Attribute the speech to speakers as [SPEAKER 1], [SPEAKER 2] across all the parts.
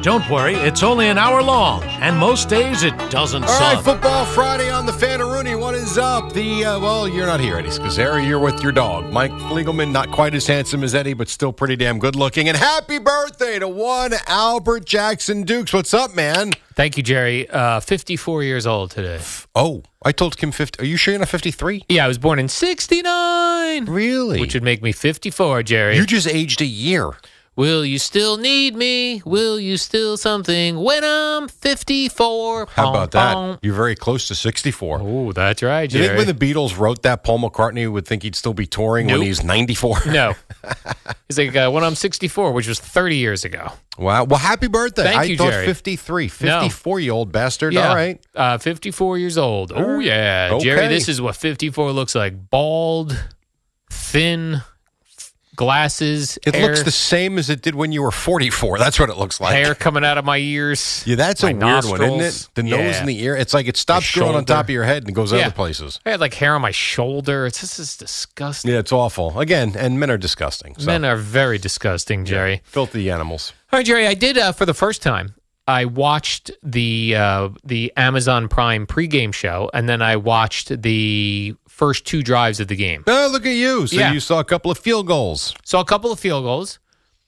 [SPEAKER 1] Don't worry, it's only an hour long, and most days it doesn't
[SPEAKER 2] All
[SPEAKER 1] suck.
[SPEAKER 2] right, football Friday on the Fantaroonie. What is up? The uh, well, you're not here, Eddie Scazzeri. You're with your dog, Mike Fliegelman. Not quite as handsome as Eddie, but still pretty damn good looking. And happy birthday to one Albert Jackson Dukes. What's up, man?
[SPEAKER 3] Thank you, Jerry. Uh, 54 years old today.
[SPEAKER 2] Oh, I told Kim fifty. Are you sure you're not fifty three?
[SPEAKER 3] Yeah, I was born in 69,
[SPEAKER 2] Really?
[SPEAKER 3] which would make me 54, Jerry.
[SPEAKER 2] you just aged a year.
[SPEAKER 3] Will you still need me? Will you still something when I'm 54?
[SPEAKER 2] How about that?
[SPEAKER 3] Pong,
[SPEAKER 2] You're very close to sixty four.
[SPEAKER 3] pong. Oh, that's right,
[SPEAKER 2] Do you
[SPEAKER 3] Jerry.
[SPEAKER 2] think when the Beatles wrote that, Paul McCartney would think he'd still be touring when
[SPEAKER 3] Nope.
[SPEAKER 2] he's ninety four?
[SPEAKER 3] no. He's like, uh, when I'm 64, which was 30 years ago.
[SPEAKER 2] Wow. Well, happy birthday.
[SPEAKER 3] Thank
[SPEAKER 2] I
[SPEAKER 3] you,
[SPEAKER 2] thought
[SPEAKER 3] Jerry.
[SPEAKER 2] 53,
[SPEAKER 3] No.
[SPEAKER 2] 54 year old bastard.
[SPEAKER 3] Yeah.
[SPEAKER 2] All right. Er,
[SPEAKER 3] Uh, 54 years old. Oh, yeah.
[SPEAKER 2] Okay.
[SPEAKER 3] Jerry, this is what 54 looks like bald, thin, glasses.
[SPEAKER 2] It
[SPEAKER 3] hair,
[SPEAKER 2] looks the same as it did when you were 44. That's what it looks like.
[SPEAKER 3] hair coming out of my ears.
[SPEAKER 2] Yeah, that's a
[SPEAKER 3] my
[SPEAKER 2] weird one, isn't it?
[SPEAKER 3] nostrils.
[SPEAKER 2] The nose
[SPEAKER 3] Yeah.
[SPEAKER 2] and the ear. It's like it stops growing on
[SPEAKER 3] shoulder.
[SPEAKER 2] top of your head and goes
[SPEAKER 3] Yeah.
[SPEAKER 2] other places.
[SPEAKER 3] I had like hair on my shoulder. It's, this is disgusting.
[SPEAKER 2] Yeah, it's awful. Again, and men are disgusting. So.
[SPEAKER 3] Men are very disgusting, Jerry.
[SPEAKER 2] filthy animals.
[SPEAKER 3] All right, Jerry. I did uh, for the first time. I watched the uh, the Amazon Prime pregame show, and then I watched the first two drives of the game.
[SPEAKER 2] Oh, look at you. So
[SPEAKER 3] Yeah.
[SPEAKER 2] you saw a couple of field goals.
[SPEAKER 3] Saw a couple of field goals,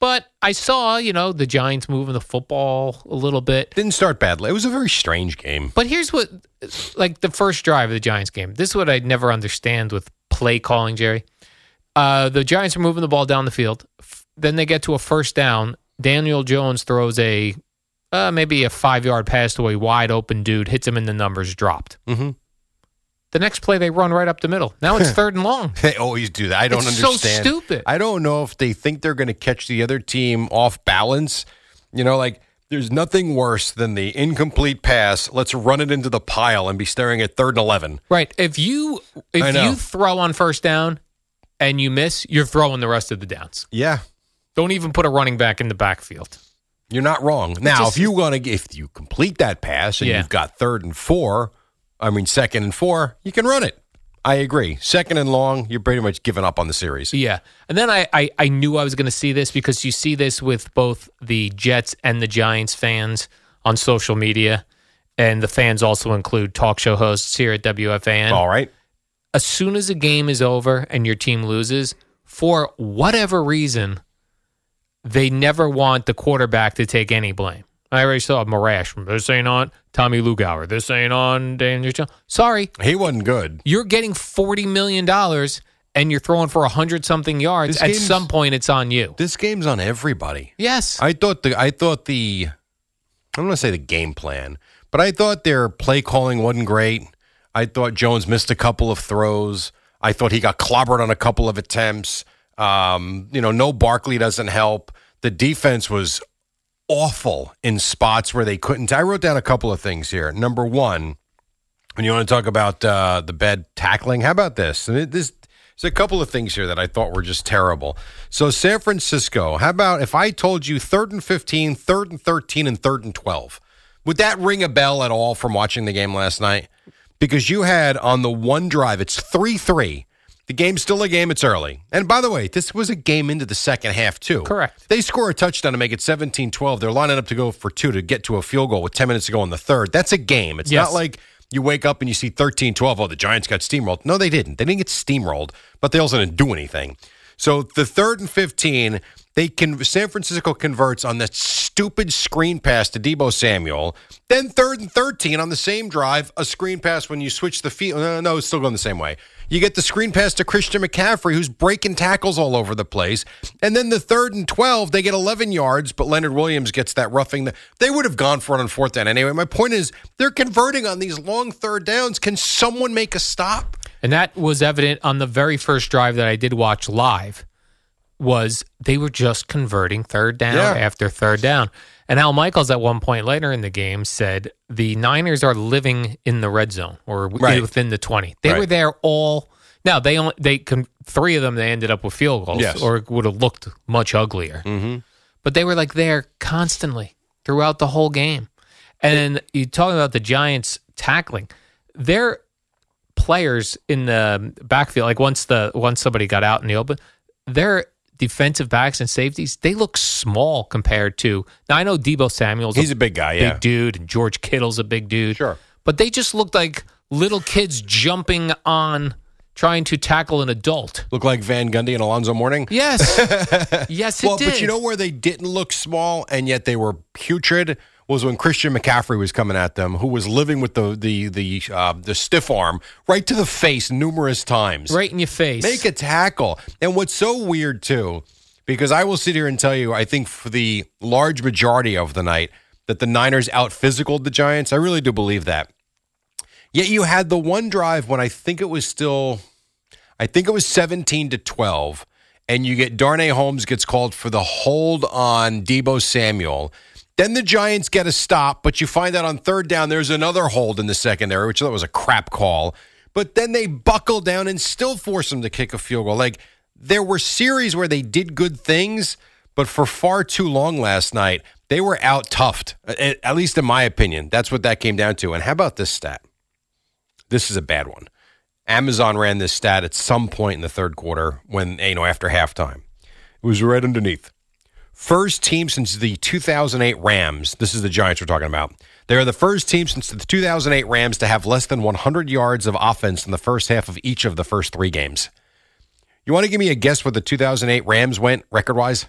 [SPEAKER 3] but I saw you know the Giants moving the football a little bit.
[SPEAKER 2] Didn't start badly. It was a very strange game.
[SPEAKER 3] But here's what, like the first drive of the Giants game. This is what I never understand with play calling, Jerry. Uh, the Giants are moving the ball down the field. F- then they get to a first down. Daniel Jones throws a uh, maybe a five yard pass to a wide open dude, hits him in the numbers, dropped.
[SPEAKER 2] Mhm.
[SPEAKER 3] The next play, they run right up the middle. Now it's third and long.
[SPEAKER 2] They always do that. I don't
[SPEAKER 3] It's so
[SPEAKER 2] understand.
[SPEAKER 3] stupid.
[SPEAKER 2] I don't know if they think they're going to catch the other team off balance. You know, like there's nothing worse than the incomplete pass. Let's run it into the pile and be staring at third and eleven.
[SPEAKER 3] Right. If you
[SPEAKER 2] I
[SPEAKER 3] if
[SPEAKER 2] know.
[SPEAKER 3] you throw on first down and you miss, you're throwing the rest of the downs.
[SPEAKER 2] Yeah,
[SPEAKER 3] Don't even put a running back in the backfield.
[SPEAKER 2] you're not wrong. Now,
[SPEAKER 3] just-
[SPEAKER 2] if you want to, if you complete that pass and
[SPEAKER 3] Yeah.
[SPEAKER 2] you've got third and four, I mean second and four, you can run it. I agree. Second and long, you're pretty much giving up on the series.
[SPEAKER 3] Yeah. And then I, I, I knew I was going to see this because you see this with both the Jets and the Giants fans on social media. And the fans also include talk show hosts here at WFAN.
[SPEAKER 2] All right.
[SPEAKER 3] As soon as a game is over and your team loses, for whatever reason, they never want the quarterback to take any blame. I already saw Marash. This ain't on Tommy Lugauer. This ain't on Daniel Jones. Sorry,
[SPEAKER 2] He wasn't good.
[SPEAKER 3] you're getting forty million dollars and you're throwing for hundred something yards.
[SPEAKER 2] This
[SPEAKER 3] At
[SPEAKER 2] game's-
[SPEAKER 3] some point, it's on you.
[SPEAKER 2] This game's on everybody.
[SPEAKER 3] Yes,
[SPEAKER 2] I thought the I thought the I'm gonna say the game plan, but I thought their play calling wasn't great. I thought Jones missed a couple of throws. I thought he got clobbered on a couple of attempts. Um, you know, no Barkley doesn't help. The defense was awful in spots where they couldn't. I wrote down a couple of things here. Number one, when you want to talk about uh, the bad tackling, how about this? And it, this there's a couple of things here that I thought were just terrible. So San Francisco, how about if I told you third and 15, third and 13, and third and 12? Would that ring a bell at all from watching the game last night? Because you had on the one drive, it's 3 3. The game's still a game, it's early. And by the way, this was a game into the second half, too.
[SPEAKER 3] Correct.
[SPEAKER 2] They score a touchdown to make it 17 12. They're lining up to go for two to get to a field goal with 10 minutes to go in the third. That's a game. It's
[SPEAKER 3] Yes.
[SPEAKER 2] not like you wake up and you see 13 12. Oh, the Giants got steamrolled. No, they didn't. They didn't get steamrolled, but they also didn't do anything. So the third and 15, they can San Francisco converts on that stupid screen pass to Debo Samuel. Then third and 13 on the same drive, a screen pass when you switch the field. No, no, no, it's still going the same way. You get the screen pass to Christian McCaffrey, who's breaking tackles all over the place. And then the third and 12, they get 11 yards, but Leonard Williams gets that roughing. The, they would have gone for it on fourth down anyway. My point is, they're converting on these long third downs. Can someone make a stop?
[SPEAKER 3] And that was evident on the very first drive that I did watch live was they were just converting third down
[SPEAKER 2] Yeah.
[SPEAKER 3] after third down. And Al Michaels at one point later in the game said the Niners are living in the red zone or w-
[SPEAKER 2] Right.
[SPEAKER 3] within the 20. They were
[SPEAKER 2] Right.
[SPEAKER 3] there all now they only they con, three of them they ended up with field goals
[SPEAKER 2] Yes.
[SPEAKER 3] or it would have looked much uglier. Mm-hmm. But they were like there constantly throughout the whole game. And you talking about the Giants tackling. Their players in the backfield, like once the once somebody got out in the open, their defensive backs and safeties, they look small compared to now I know Debo Samuel's
[SPEAKER 2] He's a big guy, yeah.
[SPEAKER 3] big dude, and George Kittle's a big dude.
[SPEAKER 2] Sure.
[SPEAKER 3] But they just looked like little kids jumping on trying to tackle an adult.
[SPEAKER 2] Look like Van Gundy and Alonzo Mourning?
[SPEAKER 3] Yes. yes, it
[SPEAKER 2] well,
[SPEAKER 3] did.
[SPEAKER 2] but you know where they didn't look small and yet they were putrid was when Christian McCaffrey was coming at them, who was living with the the the uh, the stiff arm right to the face numerous times.
[SPEAKER 3] right in your face.
[SPEAKER 2] Make a tackle. And what's so weird too, because I will sit here and tell you, I think for the large majority of the night that the Niners out physicaled the Giants. I really do believe that. Yet you had the one drive when I think it was still, I think it was seventeen to twelve, and you get Darnay Holmes gets called for the hold on Debo Samuel. Then the Giants get a stop, but you find out on third down there's another hold in the secondary, which I thought was a crap call. But then they buckle down and still force them to kick a field goal. Like there were series where they did good things, but for far too long last night they were out toughed. At at least in my opinion, that's what that came down to. And how about this stat? this is a bad one. Amazon ran this stat at some point in the third quarter when, you know, after halftime. It was right underneath. First team since the 2008 Rams. This is the Giants we're talking about. They are the first team since the 2008 Rams to have less than 100 yards of offense in the first half of each of the first three games. You want to give me a guess what the 2008 Rams went record wise?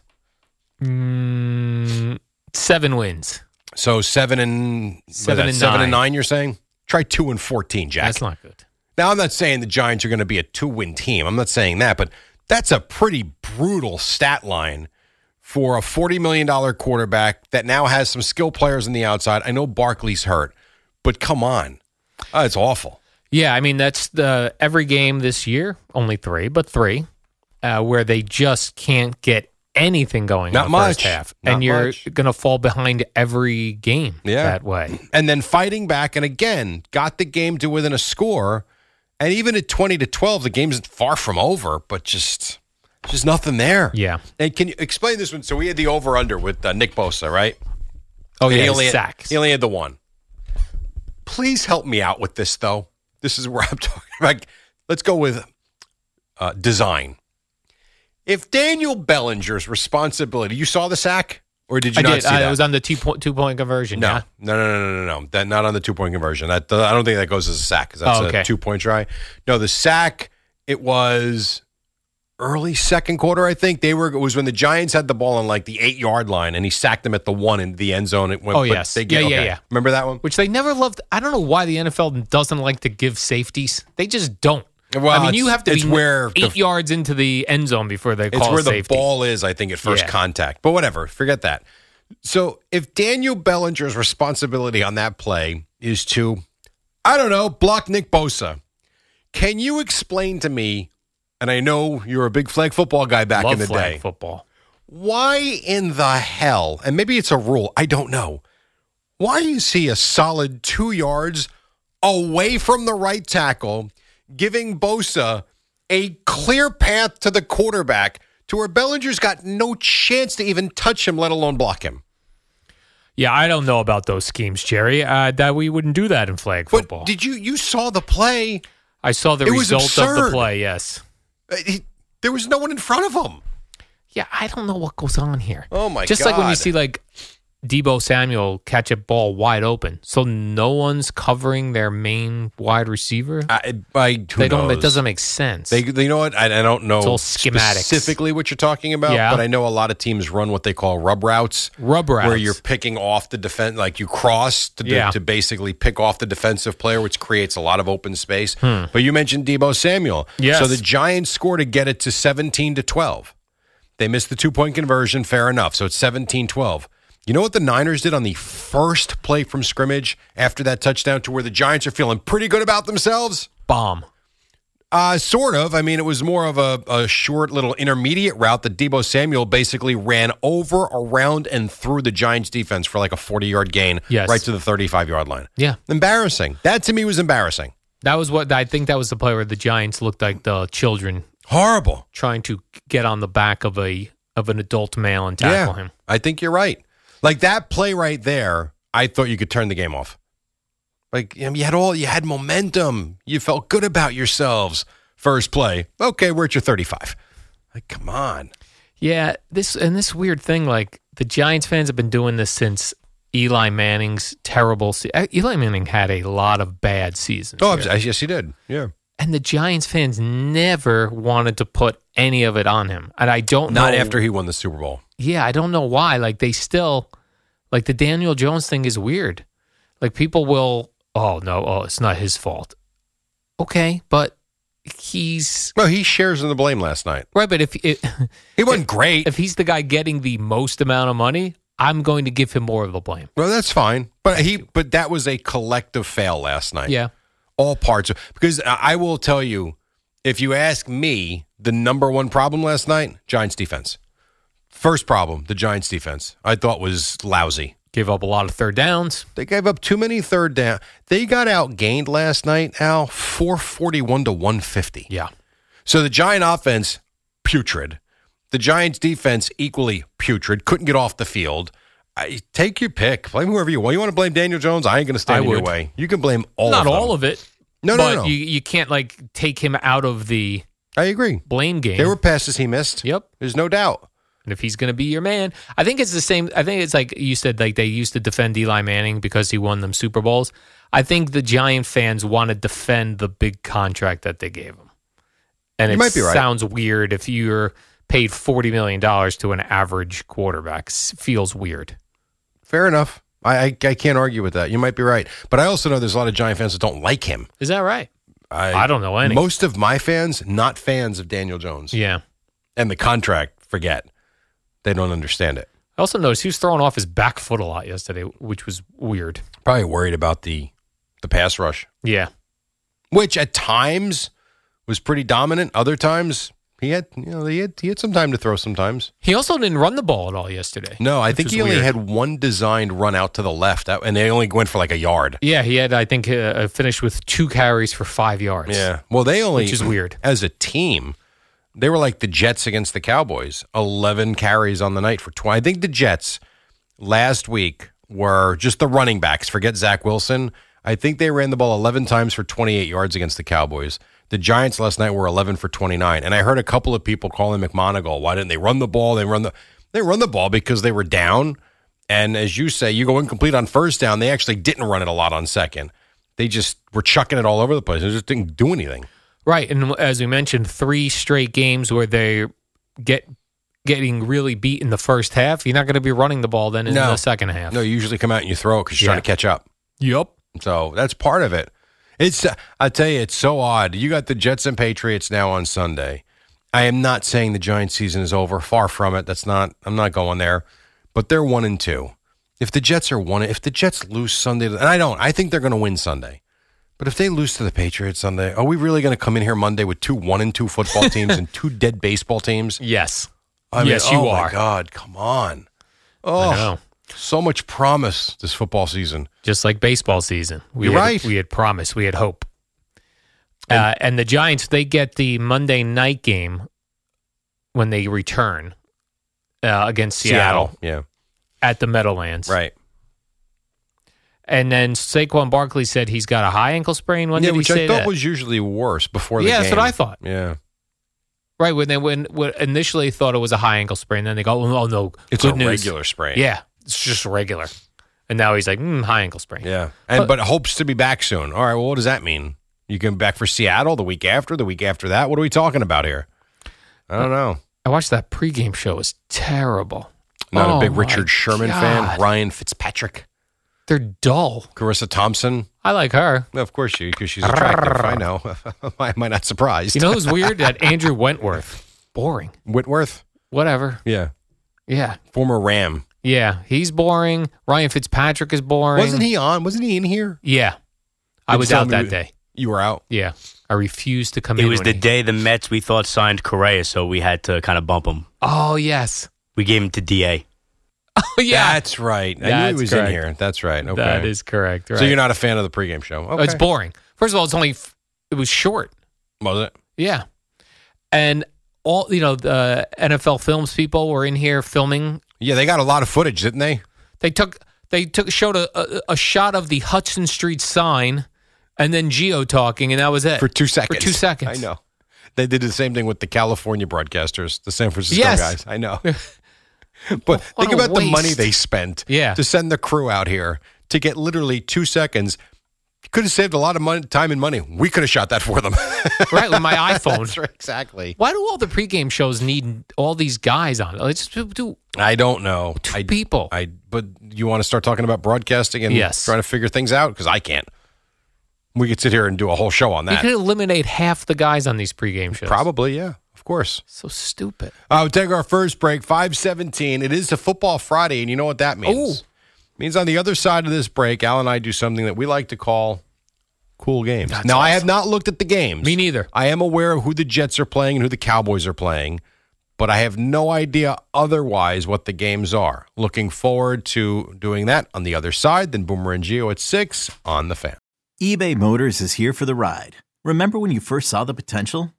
[SPEAKER 3] Mm, seven wins.
[SPEAKER 2] So seven and what is
[SPEAKER 3] Seven
[SPEAKER 2] that,
[SPEAKER 3] and
[SPEAKER 2] seven and
[SPEAKER 3] nine.
[SPEAKER 2] nine. You're saying? Try two and 14, Jack.
[SPEAKER 3] That's not good.
[SPEAKER 2] Now, I'm not saying the Giants are going to be a two win team. I'm not saying that, but that's a pretty brutal stat line for a $40 million quarterback that now has some skill players on the outside. I know Barkley's hurt, but come on. Uh, it's awful.
[SPEAKER 3] Yeah, I mean that's the every game this year, only three, but three, uh, where they just can't get anything going.
[SPEAKER 2] Not
[SPEAKER 3] in the first
[SPEAKER 2] much.
[SPEAKER 3] half,
[SPEAKER 2] Not
[SPEAKER 3] and you're
[SPEAKER 2] much.
[SPEAKER 3] gonna fall behind every game
[SPEAKER 2] Yeah.
[SPEAKER 3] that way.
[SPEAKER 2] And then fighting back and again got the game to within a score. And even at 20 to 12, the game's far from over, but just just nothing there.
[SPEAKER 3] Yeah.
[SPEAKER 2] And can you explain this one? So we had the over under with uh, Nick Bosa, right?
[SPEAKER 3] Oh
[SPEAKER 2] And
[SPEAKER 3] yeah,
[SPEAKER 2] he only, had,
[SPEAKER 3] sacks.
[SPEAKER 2] he only had the one. Please help me out with this, though. This is where I'm talking about. Let's go with uh, design. If Daniel Bellinger's responsibility, you saw the sack, or did you
[SPEAKER 3] I
[SPEAKER 2] not
[SPEAKER 3] did.
[SPEAKER 2] see
[SPEAKER 3] I,
[SPEAKER 2] that?
[SPEAKER 3] it was on the two point two point conversion.
[SPEAKER 2] no,
[SPEAKER 3] yeah?
[SPEAKER 2] no, no, no, no, no, no. That not on the two point conversion. That I don't think that goes as a sack because that's
[SPEAKER 3] Oh, okay.
[SPEAKER 2] a two point try. No, the sack. It was early second quarter. I think they were. It was when the Giants had the ball on like the eight yard line, and he sacked them at the one in the end zone. It went.
[SPEAKER 3] Oh,
[SPEAKER 2] but
[SPEAKER 3] yes.
[SPEAKER 2] They get,
[SPEAKER 3] Yeah, yeah,
[SPEAKER 2] okay.
[SPEAKER 3] yeah.
[SPEAKER 2] Remember that one?
[SPEAKER 3] which they never loved. I don't know why the NFL doesn't like to give safeties. They just don't.
[SPEAKER 2] Well,
[SPEAKER 3] I mean,
[SPEAKER 2] it's-
[SPEAKER 3] you have to
[SPEAKER 2] it's
[SPEAKER 3] be
[SPEAKER 2] where the-
[SPEAKER 3] eight yards into the end zone before they call
[SPEAKER 2] It's where
[SPEAKER 3] a
[SPEAKER 2] the
[SPEAKER 3] safety.
[SPEAKER 2] ball is, I think, at first
[SPEAKER 3] Yeah.
[SPEAKER 2] contact. But whatever, forget that. So if Daniel Bellinger's responsibility on that play is to, I don't know, block Nick Bosa, can you explain to me? And I know you're a big flag football guy back
[SPEAKER 3] Love
[SPEAKER 2] in the
[SPEAKER 3] flag
[SPEAKER 2] day.
[SPEAKER 3] football.
[SPEAKER 2] Why in the hell? And maybe it's a rule. I don't know. Why is he a solid two yards away from the right tackle, giving Bosa a clear path to the quarterback to where Bellinger's got no chance to even touch him, let alone block him?
[SPEAKER 3] Yeah, I don't know about those schemes, Jerry. Uh, that we wouldn't do that in flag
[SPEAKER 2] But
[SPEAKER 3] football.
[SPEAKER 2] did you you saw the play?
[SPEAKER 3] I saw the
[SPEAKER 2] It was
[SPEAKER 3] result of the
[SPEAKER 2] absurd.
[SPEAKER 3] play. Yes.
[SPEAKER 2] Uh, he- there was no one in front of him.
[SPEAKER 3] Yeah, I don't know what goes on here.
[SPEAKER 2] Oh, my
[SPEAKER 3] Just like when you
[SPEAKER 2] God.
[SPEAKER 3] see like Debo Samuel catch a ball wide open. So no one's covering their main wide receiver.
[SPEAKER 2] I, I Uh, who
[SPEAKER 3] they don't.
[SPEAKER 2] knows?
[SPEAKER 3] It doesn't make sense.
[SPEAKER 2] They, they- you know what? I, I don't know
[SPEAKER 3] all schematics.
[SPEAKER 2] specifically what you're talking about,
[SPEAKER 3] Yeah.
[SPEAKER 2] but I know a lot of teams run what they call rub routes,
[SPEAKER 3] Rub routes.
[SPEAKER 2] where you're picking off the defense, like you cross to, do-
[SPEAKER 3] Yeah.
[SPEAKER 2] to basically pick off the defensive player, which creates a lot of open space. But you mentioned Debo Samuel.
[SPEAKER 3] Hmm. Yes.
[SPEAKER 2] So the Giants score to get it to 17 to 12. They missed the two point conversion, fair enough. So it's 17 12. You know what the Niners did on the first play from scrimmage after that touchdown to where the Giants are feeling pretty good about themselves?
[SPEAKER 3] bomb.
[SPEAKER 2] Uh, sort of. I mean, it was more of a, a short little intermediate route that Debo Samuel basically ran over, around, and through the Giants defense for like a 40 yard gain
[SPEAKER 3] Yes.
[SPEAKER 2] right to the 35 yard line.
[SPEAKER 3] Yeah,
[SPEAKER 2] Embarrassing. That to me was embarrassing.
[SPEAKER 3] that was what I think. That was the play where the Giants looked like the children
[SPEAKER 2] Horrible.
[SPEAKER 3] trying to get on the back of a of an adult male and tackle him.
[SPEAKER 2] I think you're right. Like that play right there, I thought you could turn the game off. Like I mean, you had all, you had momentum. You felt good about yourselves. First play. Okay, we're at your 35. Like, come on.
[SPEAKER 3] Yeah, this and this weird thing like the Giants fans have been doing this since Eli Manning's terrible. Se- uh, Eli Manning had a lot of bad seasons,
[SPEAKER 2] Oh,
[SPEAKER 3] here.
[SPEAKER 2] I'm, yes, you did. Yeah.
[SPEAKER 3] and the Giants fans never wanted to put any of it on him. And I don't
[SPEAKER 2] Not
[SPEAKER 3] know,
[SPEAKER 2] after he won the Super Bowl.
[SPEAKER 3] Yeah, I don't know why. Like they still, like the Daniel Jones thing is weird. Like people will, oh no, oh it's not his fault. Okay, but he's
[SPEAKER 2] Well, he shares in the blame last night.
[SPEAKER 3] right. But if it,
[SPEAKER 2] He wasn't great.
[SPEAKER 3] if he's the guy getting the most amount of money, I'm going to give him more of the blame.
[SPEAKER 2] well, that's fine. But he but that was a collective fail last night.
[SPEAKER 3] Yeah.
[SPEAKER 2] All parts of because I I will tell you, if you ask me, the number one problem last night, Giants defense. First problem, the Giants defense. I thought was lousy.
[SPEAKER 3] Give up a lot of third downs.
[SPEAKER 2] They gave up too many third down. They got outgained last night, Al, 441 to 150.
[SPEAKER 3] Yeah.
[SPEAKER 2] So the Giant offense, putrid. The Giants defense, equally putrid. Couldn't get off the field. I, take your pick. Blame whoever you want. You want to blame Daniel Jones? I ain't going to stand
[SPEAKER 3] I
[SPEAKER 2] in your
[SPEAKER 3] would.
[SPEAKER 2] way. You can blame all
[SPEAKER 3] Not
[SPEAKER 2] of them.
[SPEAKER 3] all of it.
[SPEAKER 2] No, no,
[SPEAKER 3] but
[SPEAKER 2] no.
[SPEAKER 3] You, you can't like take him out of the
[SPEAKER 2] I agree.
[SPEAKER 3] blame game.
[SPEAKER 2] There were passes he missed.
[SPEAKER 3] Yep.
[SPEAKER 2] There's no doubt.
[SPEAKER 3] And if he's going to be your man, I think it's the same. I think it's like you said, like they used to defend Eli Manning because he won them Super Bowls. I think the Giant fans want to defend the big contract that they gave him. And
[SPEAKER 2] You
[SPEAKER 3] it
[SPEAKER 2] might be right.
[SPEAKER 3] sounds weird if you're paid $40 million to an average quarterback. S- feels weird.
[SPEAKER 2] Fair enough. I, I, I can't argue with that. You might be right. But I also know there's a lot of Giant fans that don't like him.
[SPEAKER 3] Is that right? I don't know any.
[SPEAKER 2] Most of my fans, not fans of Daniel Jones.
[SPEAKER 3] Yeah.
[SPEAKER 2] And the contract, forget. They don't understand it.
[SPEAKER 3] I also noticed he was throwing off his back foot a lot yesterday, which was weird.
[SPEAKER 2] Probably worried about the the pass rush.
[SPEAKER 3] Yeah.
[SPEAKER 2] which at times was pretty dominant. Other times he had, you know, he had, he had some time to throw. Sometimes
[SPEAKER 3] He also didn't run the ball at all yesterday.
[SPEAKER 2] no, I
[SPEAKER 3] which
[SPEAKER 2] think
[SPEAKER 3] was
[SPEAKER 2] he only
[SPEAKER 3] weird.
[SPEAKER 2] had one designed run out to the left, that- and they only went for like a yard.
[SPEAKER 3] Yeah, he had, I think, uh, uh, finished with two carries for five yards.
[SPEAKER 2] well, they only
[SPEAKER 3] Which is weird.
[SPEAKER 2] as a team. They were like the Jets against the Cowboys, eleven carries on the night for twenty. I think the Jets last week were just the running backs. Forget Zach Wilson. I think they ran the ball 11 times for 28 yards against the Cowboys. The Giants last night were 11 for 29, and I heard a couple of people calling McMonagle, "Why didn't they run the ball? They run the they run the ball because they were down, and as you say, you go incomplete on first down. They actually didn't run it a lot on second. They just were chucking it all over the place. They just didn't do anything.
[SPEAKER 3] Right, and as we mentioned, three straight games where they get getting really beat in the first half. You're not going to be running the ball then in
[SPEAKER 2] No.
[SPEAKER 3] the second half.
[SPEAKER 2] No, you usually come out and you throw it because you're
[SPEAKER 3] Yeah.
[SPEAKER 2] trying to catch up.
[SPEAKER 3] Yep.
[SPEAKER 2] So that's part of it. It's I tell you, it's so odd. You got the Jets and Patriots now on Sunday. I am not saying the Giants season is over. Far from it. That's not. I'm not going there. But they're one and two. If the Jets are one, if the Jets lose Sunday, and I don't, I think they're going to win Sunday. But if they lose to the Patriots Sunday, are we really going to come in here Monday with two one and two football teams and two dead baseball teams?
[SPEAKER 3] Yes.
[SPEAKER 2] I
[SPEAKER 3] Yes, you
[SPEAKER 2] oh
[SPEAKER 3] are.
[SPEAKER 2] My God, come on!
[SPEAKER 3] I
[SPEAKER 2] Oh,
[SPEAKER 3] know.
[SPEAKER 2] so much promise this football season.
[SPEAKER 3] Just like baseball season, we
[SPEAKER 2] You're
[SPEAKER 3] had,
[SPEAKER 2] right.
[SPEAKER 3] we had promise, we had hope. uh, and the Giants, they get the Monday night game when they return uh, against Seattle,
[SPEAKER 2] Yeah.
[SPEAKER 3] at the Meadowlands.
[SPEAKER 2] Right.
[SPEAKER 3] And then Saquon Barkley said he's got a high ankle sprain. When
[SPEAKER 2] yeah,
[SPEAKER 3] did he
[SPEAKER 2] which
[SPEAKER 3] say
[SPEAKER 2] I thought
[SPEAKER 3] that?
[SPEAKER 2] was usually worse before the
[SPEAKER 3] Yeah, that's what
[SPEAKER 2] game.
[SPEAKER 3] I thought.
[SPEAKER 2] Yeah.
[SPEAKER 3] Right when they when, when initially thought it was a high ankle sprain, then they go, "Oh no,
[SPEAKER 2] It's
[SPEAKER 3] good
[SPEAKER 2] a
[SPEAKER 3] news."
[SPEAKER 2] regular sprain.
[SPEAKER 3] Yeah, it's just regular. And now he's like, mm, high ankle sprain.
[SPEAKER 2] Yeah. And but, hopes to be back soon. All right, well what does that mean? You can back for Seattle the week after, the week after that? What are we talking about here? I don't know.
[SPEAKER 3] I watched that pregame show. It was terrible.
[SPEAKER 2] Not
[SPEAKER 3] Oh
[SPEAKER 2] a big
[SPEAKER 3] my
[SPEAKER 2] Richard Sherman
[SPEAKER 3] God.
[SPEAKER 2] fan. Ryan Fitzpatrick,
[SPEAKER 3] They're dull.
[SPEAKER 2] Carissa Thompson.
[SPEAKER 3] I like her.
[SPEAKER 2] Well, of course you because she's attractive. I know. Why am I not surprised?
[SPEAKER 3] You know who's weird? that Andrew Wentworth. Boring.
[SPEAKER 2] Whitworth.
[SPEAKER 3] Whatever.
[SPEAKER 2] Yeah.
[SPEAKER 3] Yeah.
[SPEAKER 2] Former Ram.
[SPEAKER 3] Yeah. He's boring. Ryan Fitzpatrick is boring.
[SPEAKER 2] Wasn't he on? Wasn't he in here?
[SPEAKER 3] Yeah. I
[SPEAKER 2] You
[SPEAKER 3] was
[SPEAKER 2] tell
[SPEAKER 3] out
[SPEAKER 2] me
[SPEAKER 3] that
[SPEAKER 2] we-
[SPEAKER 3] day.
[SPEAKER 2] You were out.
[SPEAKER 3] Yeah. I refused to come
[SPEAKER 4] It
[SPEAKER 3] in.
[SPEAKER 4] was
[SPEAKER 3] when
[SPEAKER 4] the
[SPEAKER 3] he-
[SPEAKER 4] day the Mets we thought signed Correa, so we had to kind of bump him.
[SPEAKER 3] Oh, yes.
[SPEAKER 4] We gave him to DA.
[SPEAKER 3] Oh, yeah.
[SPEAKER 2] That's right. I knew
[SPEAKER 3] That's
[SPEAKER 2] he was
[SPEAKER 3] correct.
[SPEAKER 2] in here. That's right. Okay.
[SPEAKER 3] That is correct. Right. Oh,
[SPEAKER 2] So you're not a fan of the pregame show? Okay.
[SPEAKER 3] It's boring. First of all, it's only, f- it was short.
[SPEAKER 2] Was it?
[SPEAKER 3] Yeah. And all, you know, the NFL Films people were in here filming.
[SPEAKER 2] Yeah, they got a lot of footage, didn't they?
[SPEAKER 3] They took, they took, showed a, a, a shot of the Hudson Street sign and then Geo talking, and that was it.
[SPEAKER 2] For two seconds.
[SPEAKER 3] Uh, For two seconds.
[SPEAKER 2] I know. They did the same thing with the California broadcasters, the San Francisco
[SPEAKER 3] Yes.
[SPEAKER 2] guys. I know. but
[SPEAKER 3] What
[SPEAKER 2] think
[SPEAKER 3] a
[SPEAKER 2] about the money
[SPEAKER 3] waste.
[SPEAKER 2] they spent
[SPEAKER 3] Yeah.
[SPEAKER 2] to send the crew out here to get literally two seconds. Could have saved a lot of money, time and money. We could have shot that for them.
[SPEAKER 3] Right. With my iPhone.
[SPEAKER 2] That's right, exactly.
[SPEAKER 3] Why do all the pregame shows need all these guys on it? Let's just do
[SPEAKER 2] I don't know.
[SPEAKER 3] two
[SPEAKER 2] I,
[SPEAKER 3] people.
[SPEAKER 2] I but you want to start talking about broadcasting and
[SPEAKER 3] Yes.
[SPEAKER 2] trying to figure things out because I can't. We could sit here and do a whole show on
[SPEAKER 3] you
[SPEAKER 2] that.
[SPEAKER 3] could eliminate half the guys on these pregame shows.
[SPEAKER 2] Probably, yeah, of course.
[SPEAKER 3] So stupid.
[SPEAKER 2] Uh, we'll take our first break. Five seventeen. It is a football Friday, and you know what that means.
[SPEAKER 3] Ooh.
[SPEAKER 2] Means on the other side of this break, Al and I do something that we like to call cool games. now I have not looked at the games.
[SPEAKER 3] Me neither.
[SPEAKER 2] I am aware of who the Jets are playing and who the Cowboys are playing, but I have no idea otherwise what the games are. Looking forward to doing that on the other side. Then Boomer and Geo at six on the fan.
[SPEAKER 5] eBay Motors is here for the ride. Remember when you first saw the potential?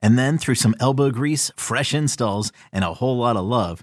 [SPEAKER 5] And then through some elbow grease, fresh installs, and a whole lot of love,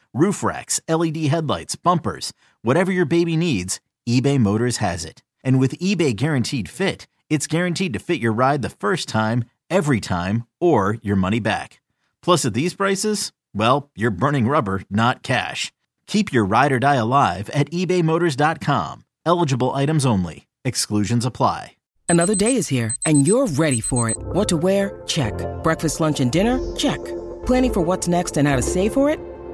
[SPEAKER 5] roof racks, LED headlights, bumpers, whatever your baby needs, eBay Motors has it. And with eBay Guaranteed Fit, it's guaranteed to fit your ride the first time, every time, or your money back. Plus, at these prices, well, you're burning rubber, not cash. Keep your ride or die alive at ebaymotors.com. Eligible items only. Exclusions apply.
[SPEAKER 6] Another day is here, and you're ready for it. What to wear? Check. Breakfast, lunch, and dinner? Check. Planning for what's next and how to save for it?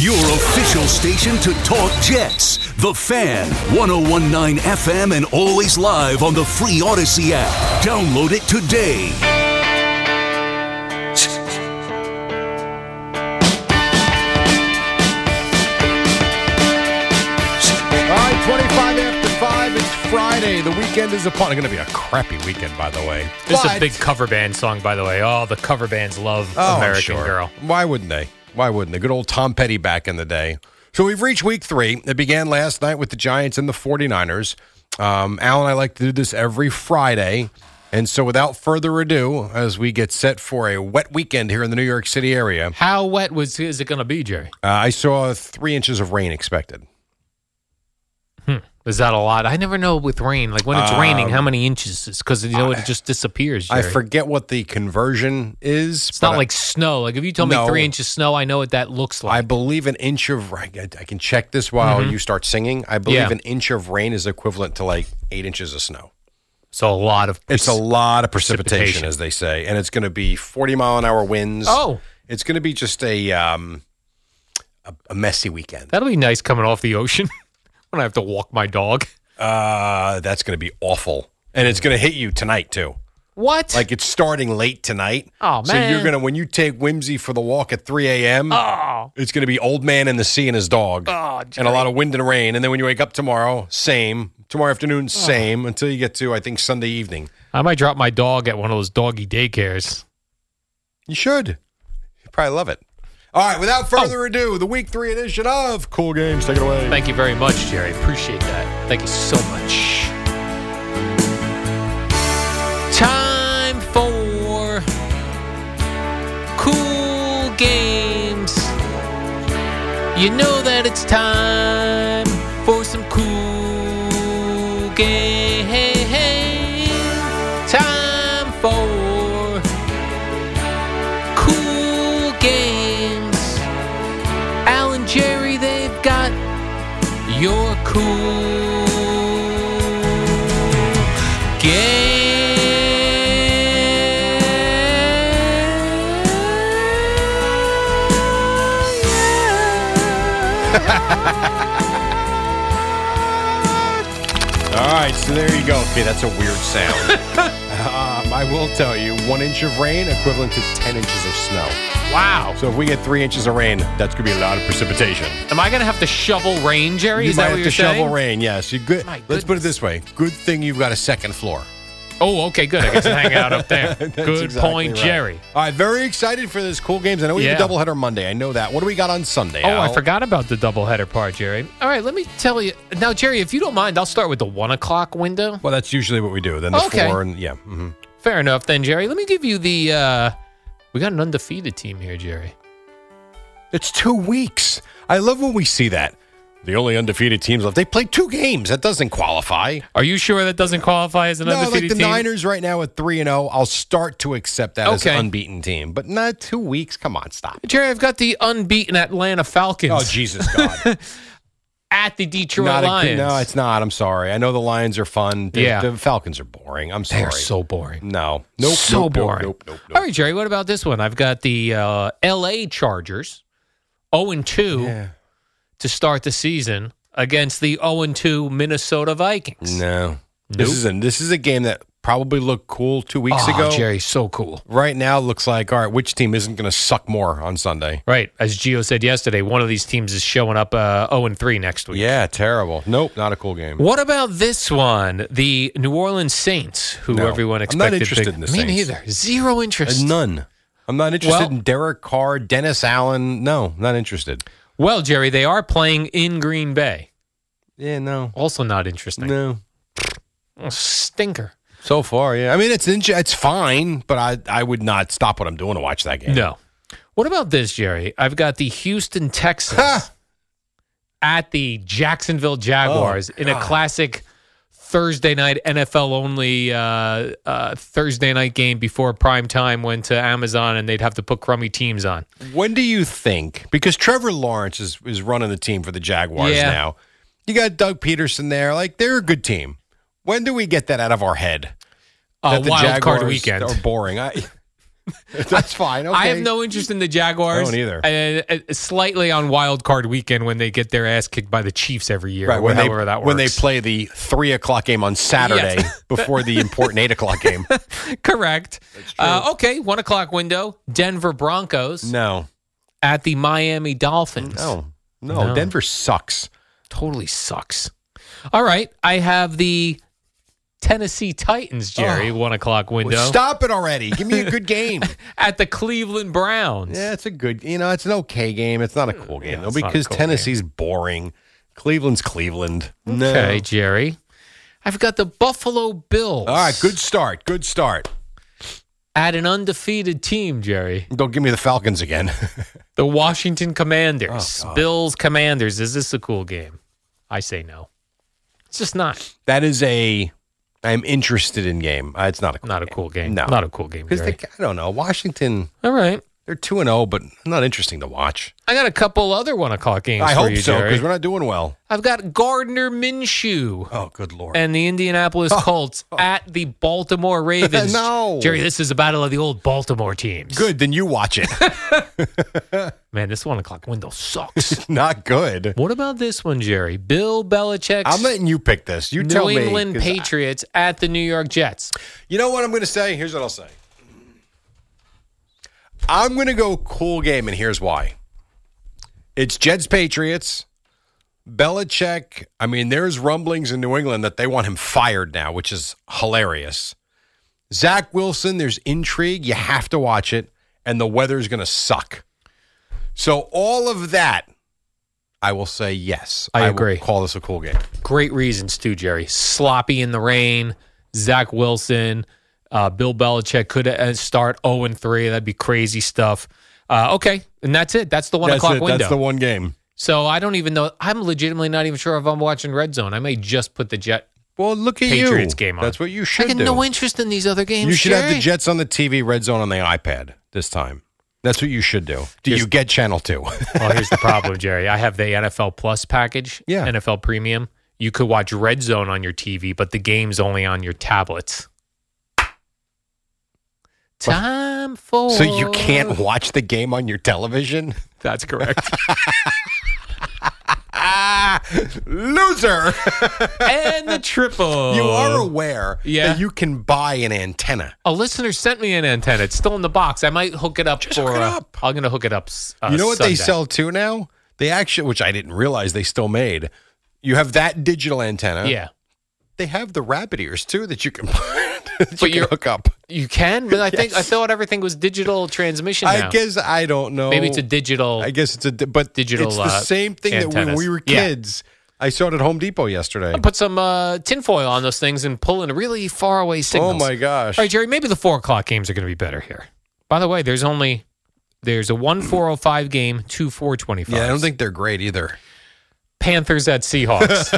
[SPEAKER 7] Your official station to talk Jets. The Fan, 1019 FM, and always live on the free Odyssey app. Download it today.
[SPEAKER 2] All right, twenty-five after five. It's Friday. The weekend is upon. It's going to be a crappy weekend, by the way.
[SPEAKER 3] This is
[SPEAKER 2] But- Oh,
[SPEAKER 3] a big cover band song, by the way. Oh, the cover bands love
[SPEAKER 2] I'm
[SPEAKER 3] American
[SPEAKER 2] sure.
[SPEAKER 3] Girl.
[SPEAKER 2] Why wouldn't they? Why wouldn't they? Good old Tom Petty back in the day. So we've reached week three. It began last night with the Giants and the 49ers. Um, Al and I like to do this every Friday. And so without further ado, as we get set for a wet weekend here in the New York City area, uh,
[SPEAKER 3] How wet was is it going to be, Jerry?
[SPEAKER 2] I saw three inches of rain expected.
[SPEAKER 3] Is that a lot? I never know with rain. Like when it's raining, how many inches? It's because you know it just disappears.
[SPEAKER 2] Um, I
[SPEAKER 3] Jerry.
[SPEAKER 2] forget what the conversion is.
[SPEAKER 3] It's not
[SPEAKER 2] but I-
[SPEAKER 3] like snow. Like if you tell
[SPEAKER 2] No.
[SPEAKER 3] me three inches of snow, I know what that looks
[SPEAKER 2] I
[SPEAKER 3] like.
[SPEAKER 2] believe an inch of rain. I I can check this while you start singing. I believe
[SPEAKER 3] Mm-hmm. Yeah.
[SPEAKER 2] an inch of rain is equivalent to like eight inches of snow.
[SPEAKER 3] so a lot of
[SPEAKER 2] It's a lot of precipitation,
[SPEAKER 3] Precipitation.
[SPEAKER 2] as they say, and it's going to be forty mile an hour winds.
[SPEAKER 3] Oh.
[SPEAKER 2] it's going to be just a um, a, a messy weekend.
[SPEAKER 3] That'll be nice coming off the ocean when I have to walk my dog.
[SPEAKER 2] Uh, that's going to be awful, and it's going to hit you tonight too.
[SPEAKER 3] What?
[SPEAKER 2] Like it's starting late tonight.
[SPEAKER 3] Oh,
[SPEAKER 2] So you're
[SPEAKER 3] man.
[SPEAKER 2] gonna when you take Whimsy for the walk at 3 a.m.
[SPEAKER 3] oh,
[SPEAKER 2] It's going to be old man and the sea and his dog,
[SPEAKER 3] Oh,
[SPEAKER 2] and a lot of wind and rain. And then when you wake up tomorrow, same. Tomorrow afternoon, same. Until you get to I think Sunday evening.
[SPEAKER 3] I might drop my dog at one of those doggy daycares.
[SPEAKER 2] You should. You probably love it. All right. Without further ado, the week three edition of Cool Games. Take it away.
[SPEAKER 3] Oh. Thank you very much, Jerry. Appreciate that. Thank you so much. Time for cool games. You know that it's time for some cool games. Time for cool games. Alan Jerry, they've got you're cool. Gay.
[SPEAKER 2] All right. So there you go. Okay, that's a weird sound. um, I will tell you, one inch of rain equivalent to 10 inches of snow.
[SPEAKER 3] wow.
[SPEAKER 2] So if we get three inches of rain, that's going to be a lot of precipitation.
[SPEAKER 3] Am I going to have to shovel rain, Jerry?
[SPEAKER 2] you
[SPEAKER 3] Is
[SPEAKER 2] might
[SPEAKER 3] that
[SPEAKER 2] have
[SPEAKER 3] what
[SPEAKER 2] to
[SPEAKER 3] you're saying?
[SPEAKER 2] shovel rain. Yes. You good.
[SPEAKER 3] My
[SPEAKER 2] Let's put it
[SPEAKER 3] goodness.
[SPEAKER 2] this way. Good thing you've got a second floor.
[SPEAKER 3] Oh, okay, good. I guess I hang out up there.
[SPEAKER 2] That's
[SPEAKER 3] good
[SPEAKER 2] exactly
[SPEAKER 3] point,
[SPEAKER 2] right.
[SPEAKER 3] Jerry.
[SPEAKER 2] All right, very excited for this cool games. I know we have a
[SPEAKER 3] Yeah.
[SPEAKER 2] doubleheader Monday. I know that. What do we got on Sunday?
[SPEAKER 3] Oh, I
[SPEAKER 2] Al?
[SPEAKER 3] forgot about the doubleheader part, Jerry. All right, let me tell you. Now, Jerry, if you don't mind, I'll start with the one o'clock window.
[SPEAKER 2] Well, that's usually what we do. Then the
[SPEAKER 3] Okay.
[SPEAKER 2] four and yeah. hmm
[SPEAKER 3] Fair enough, then, Jerry. Let me give you the. Uh, we got an undefeated team here, Jerry.
[SPEAKER 2] It's two weeks. I love when we see that. The only undefeated teams left. They played two games. That doesn't qualify.
[SPEAKER 3] Are you sure that doesn't qualify as an
[SPEAKER 2] No, like
[SPEAKER 3] undefeated
[SPEAKER 2] the
[SPEAKER 3] team?
[SPEAKER 2] Niners right now at three and zero. I'll start to accept that as an
[SPEAKER 3] Okay.
[SPEAKER 2] unbeaten team, but not two weeks. Come on, stop.
[SPEAKER 3] Jerry, I've got the unbeaten Atlanta Falcons
[SPEAKER 2] Oh Jesus God!
[SPEAKER 3] at the Detroit
[SPEAKER 2] Not a good-
[SPEAKER 3] Lions.
[SPEAKER 2] no, it's not. I'm sorry. I know the Lions are fun. The,
[SPEAKER 3] Yeah.
[SPEAKER 2] the Falcons are boring. I'm sorry.
[SPEAKER 3] They're so boring.
[SPEAKER 2] no, nope,
[SPEAKER 3] so
[SPEAKER 2] nope, nope,
[SPEAKER 3] boring.
[SPEAKER 2] Nope, nope, nope.
[SPEAKER 3] All right, Jerry. What about this one? I've got the uh, L.A. Chargers, zero and two
[SPEAKER 2] Yeah.
[SPEAKER 3] to start the season against the zero and two Minnesota Vikings.
[SPEAKER 2] No. This is a this is a game that probably looked cool two weeks
[SPEAKER 3] Oh,
[SPEAKER 2] ago.
[SPEAKER 3] Jerry, so cool.
[SPEAKER 2] Right now looks like all right, which team isn't gonna suck more on Sunday?
[SPEAKER 3] Right, as Gio said yesterday, one of these teams is showing up uh, zero and three next week.
[SPEAKER 2] Yeah, terrible. Nope, not a cool game.
[SPEAKER 3] What about this one? The New Orleans Saints, who
[SPEAKER 2] No. I'm
[SPEAKER 3] everyone
[SPEAKER 2] not
[SPEAKER 3] expected.
[SPEAKER 2] interested
[SPEAKER 3] to,
[SPEAKER 2] in the
[SPEAKER 3] Me
[SPEAKER 2] Saints.
[SPEAKER 3] neither. Zero
[SPEAKER 2] Uh,
[SPEAKER 3] interest.
[SPEAKER 2] None. I'm not interested
[SPEAKER 3] Well-
[SPEAKER 2] in Derek Carr, Dennis Allen. No, not interested.
[SPEAKER 3] Well, Jerry, they are playing in Green Bay.
[SPEAKER 2] Yeah, no.
[SPEAKER 3] Also, not interesting.
[SPEAKER 2] No.
[SPEAKER 3] Oh, stinker.
[SPEAKER 2] So far, yeah. I mean, it's inter- it's fine, but I I would not stop what I'm doing to watch that game.
[SPEAKER 3] No. What about this, Jerry? I've got the Houston Texans at the Jacksonville Jaguars
[SPEAKER 2] Oh,
[SPEAKER 3] in a classic Thursday night NFL only uh, uh, Thursday night game before prime time went to Amazon and they'd have to put crummy teams on.
[SPEAKER 2] When do you think? Because Trevor Lawrence is, is running the team for the Jaguars
[SPEAKER 3] Yeah.
[SPEAKER 2] now. You got Doug Peterson there. Like they're a good team. When do we get that out of our head?
[SPEAKER 3] Uh,
[SPEAKER 2] that the
[SPEAKER 3] wild
[SPEAKER 2] Jaguars
[SPEAKER 3] card weekend.
[SPEAKER 2] are boring. I, that's fine. Okay.
[SPEAKER 3] I have no interest in the Jaguars.
[SPEAKER 2] I don't either.
[SPEAKER 3] And, uh, slightly on wild card weekend when they get their ass kicked by the Chiefs every year.
[SPEAKER 2] right
[SPEAKER 3] or
[SPEAKER 2] when they
[SPEAKER 3] however that works.
[SPEAKER 2] when they play the three o'clock game on Saturday before the important eight o'clock game.
[SPEAKER 3] Correct. Uh, okay, one o'clock window. Denver Broncos
[SPEAKER 2] No,
[SPEAKER 3] at the Miami Dolphins.
[SPEAKER 2] no, no.
[SPEAKER 3] No.
[SPEAKER 2] Denver sucks.
[SPEAKER 3] totally sucks. All right, I have the Tennessee Titans, Jerry, one o'clock window
[SPEAKER 2] Oh. Stop it already. Give me a good game.
[SPEAKER 3] at the Cleveland Browns.
[SPEAKER 2] Yeah, it's a good. You know, it's an okay game. It's not a cool game though
[SPEAKER 3] it's not a
[SPEAKER 2] because
[SPEAKER 3] cool
[SPEAKER 2] Tennessee's boring. Cleveland's Cleveland. No.
[SPEAKER 3] Okay, Jerry. I've got the Buffalo Bills.
[SPEAKER 2] All right, good start. Good start.
[SPEAKER 3] At an undefeated team, Jerry.
[SPEAKER 2] Don't give me the Falcons again.
[SPEAKER 3] The
[SPEAKER 2] Oh,
[SPEAKER 3] Washington Commanders. Bills Commanders. Is this a cool game? I say no. It's just not
[SPEAKER 2] That is a. I'm interested in game. Uh, It's not a cool
[SPEAKER 3] not a cool game.
[SPEAKER 2] No.
[SPEAKER 3] not a cool game.
[SPEAKER 2] because
[SPEAKER 3] Jerry.
[SPEAKER 2] I don't know Washington.
[SPEAKER 3] All right,
[SPEAKER 2] They're two and zero, but not interesting to watch.
[SPEAKER 3] I got a couple other one o'clock games.
[SPEAKER 2] I
[SPEAKER 3] for
[SPEAKER 2] hope
[SPEAKER 3] you,
[SPEAKER 2] so
[SPEAKER 3] Jerry.
[SPEAKER 2] because we're not doing well.
[SPEAKER 3] I've got Gardner Minshew
[SPEAKER 2] Oh, good lord!
[SPEAKER 3] and the Indianapolis Colts at the Baltimore Ravens.
[SPEAKER 2] Oh. No.
[SPEAKER 3] Jerry, this is a battle of the old Baltimore teams.
[SPEAKER 2] good, then you watch it.
[SPEAKER 3] man. This one o'clock window sucks.
[SPEAKER 2] not good.
[SPEAKER 3] what about this one, Jerry? Bill Belichick's
[SPEAKER 2] I'm letting you pick this. You
[SPEAKER 3] New
[SPEAKER 2] tell me.
[SPEAKER 3] England
[SPEAKER 2] 'cause I-
[SPEAKER 3] Patriots at the New York Jets.
[SPEAKER 2] You know what I'm going to say? Here's what I'll say. I'm going to go cool game, and here's why. It's Jets Patriots. Belichick, I mean, there's rumblings in New England that they want him fired now, which is hilarious. Zach Wilson, there's intrigue. You have to watch it, and the weather's going to suck. So, all of that, I will say yes.
[SPEAKER 3] I
[SPEAKER 2] will
[SPEAKER 3] agree.
[SPEAKER 2] call this a cool game.
[SPEAKER 3] Great reasons too, Jerry. Sloppy in the rain. Zach Wilson, uh, Bill Belichick could uh, start zero and three. That'd be crazy stuff. Uh, okay, and that's it. That's the one
[SPEAKER 2] That's
[SPEAKER 3] o'clock
[SPEAKER 2] it.
[SPEAKER 3] window.
[SPEAKER 2] That's the one game.
[SPEAKER 3] So I don't even know. I'm legitimately not even sure if I'm watching Red Zone. I may just put the Jet.
[SPEAKER 2] Well, look at you.
[SPEAKER 3] Patriots game on.
[SPEAKER 2] That's what you should
[SPEAKER 3] I got
[SPEAKER 2] do.
[SPEAKER 3] no interest in these other games.
[SPEAKER 2] You should have the
[SPEAKER 3] Jerry.
[SPEAKER 2] Jets on the TV, Red Zone on the iPad this time. That's what you should do. Do you get Channel 2?
[SPEAKER 3] well, here's the problem, Jerry. I have the NFL Plus package.
[SPEAKER 2] Yeah.
[SPEAKER 3] NFL Premium. You could watch Red Zone on your TV, but the game's only on your tablets. Time for.
[SPEAKER 2] so you can't
[SPEAKER 3] Oh.
[SPEAKER 2] watch the game on your television?
[SPEAKER 3] That's correct.
[SPEAKER 2] Ah, loser.
[SPEAKER 3] and the triple.
[SPEAKER 2] you are aware
[SPEAKER 3] Oh. Yeah.
[SPEAKER 2] that you can buy an antenna.
[SPEAKER 3] A listener sent me an antenna. It's still in the box. I might hook it up for.
[SPEAKER 2] hook it
[SPEAKER 3] uh,
[SPEAKER 2] up.
[SPEAKER 3] I'm going to hook it up. s- Uh,
[SPEAKER 2] you know what they
[SPEAKER 3] Sunday.
[SPEAKER 2] sell too now? They actually, which I didn't realize they still made. You have that digital antenna.
[SPEAKER 3] Yeah.
[SPEAKER 2] They have the rabbit ears too that you can, that you
[SPEAKER 3] But
[SPEAKER 2] can
[SPEAKER 3] you're-
[SPEAKER 2] hook up.
[SPEAKER 3] You can, but I think I thought everything was digital transmission. Now.
[SPEAKER 2] I guess I don't know.
[SPEAKER 3] maybe it's a digital.
[SPEAKER 2] I guess it's a di- but
[SPEAKER 3] digital,
[SPEAKER 2] It's the
[SPEAKER 3] uh,
[SPEAKER 2] same thing that when
[SPEAKER 3] antennas.
[SPEAKER 2] we were
[SPEAKER 3] Yeah.
[SPEAKER 2] kids. I saw it at Home Depot yesterday.
[SPEAKER 3] put some uh, tinfoil on those things and pull in really far away signals.
[SPEAKER 2] Oh my gosh!
[SPEAKER 3] All right, Jerry. Maybe the four o'clock games are going to be better here. By the way, there's only there's a one four oh five game, two four twenty five.
[SPEAKER 2] yeah, I don't think they're great either.
[SPEAKER 3] Panthers at Seahawks.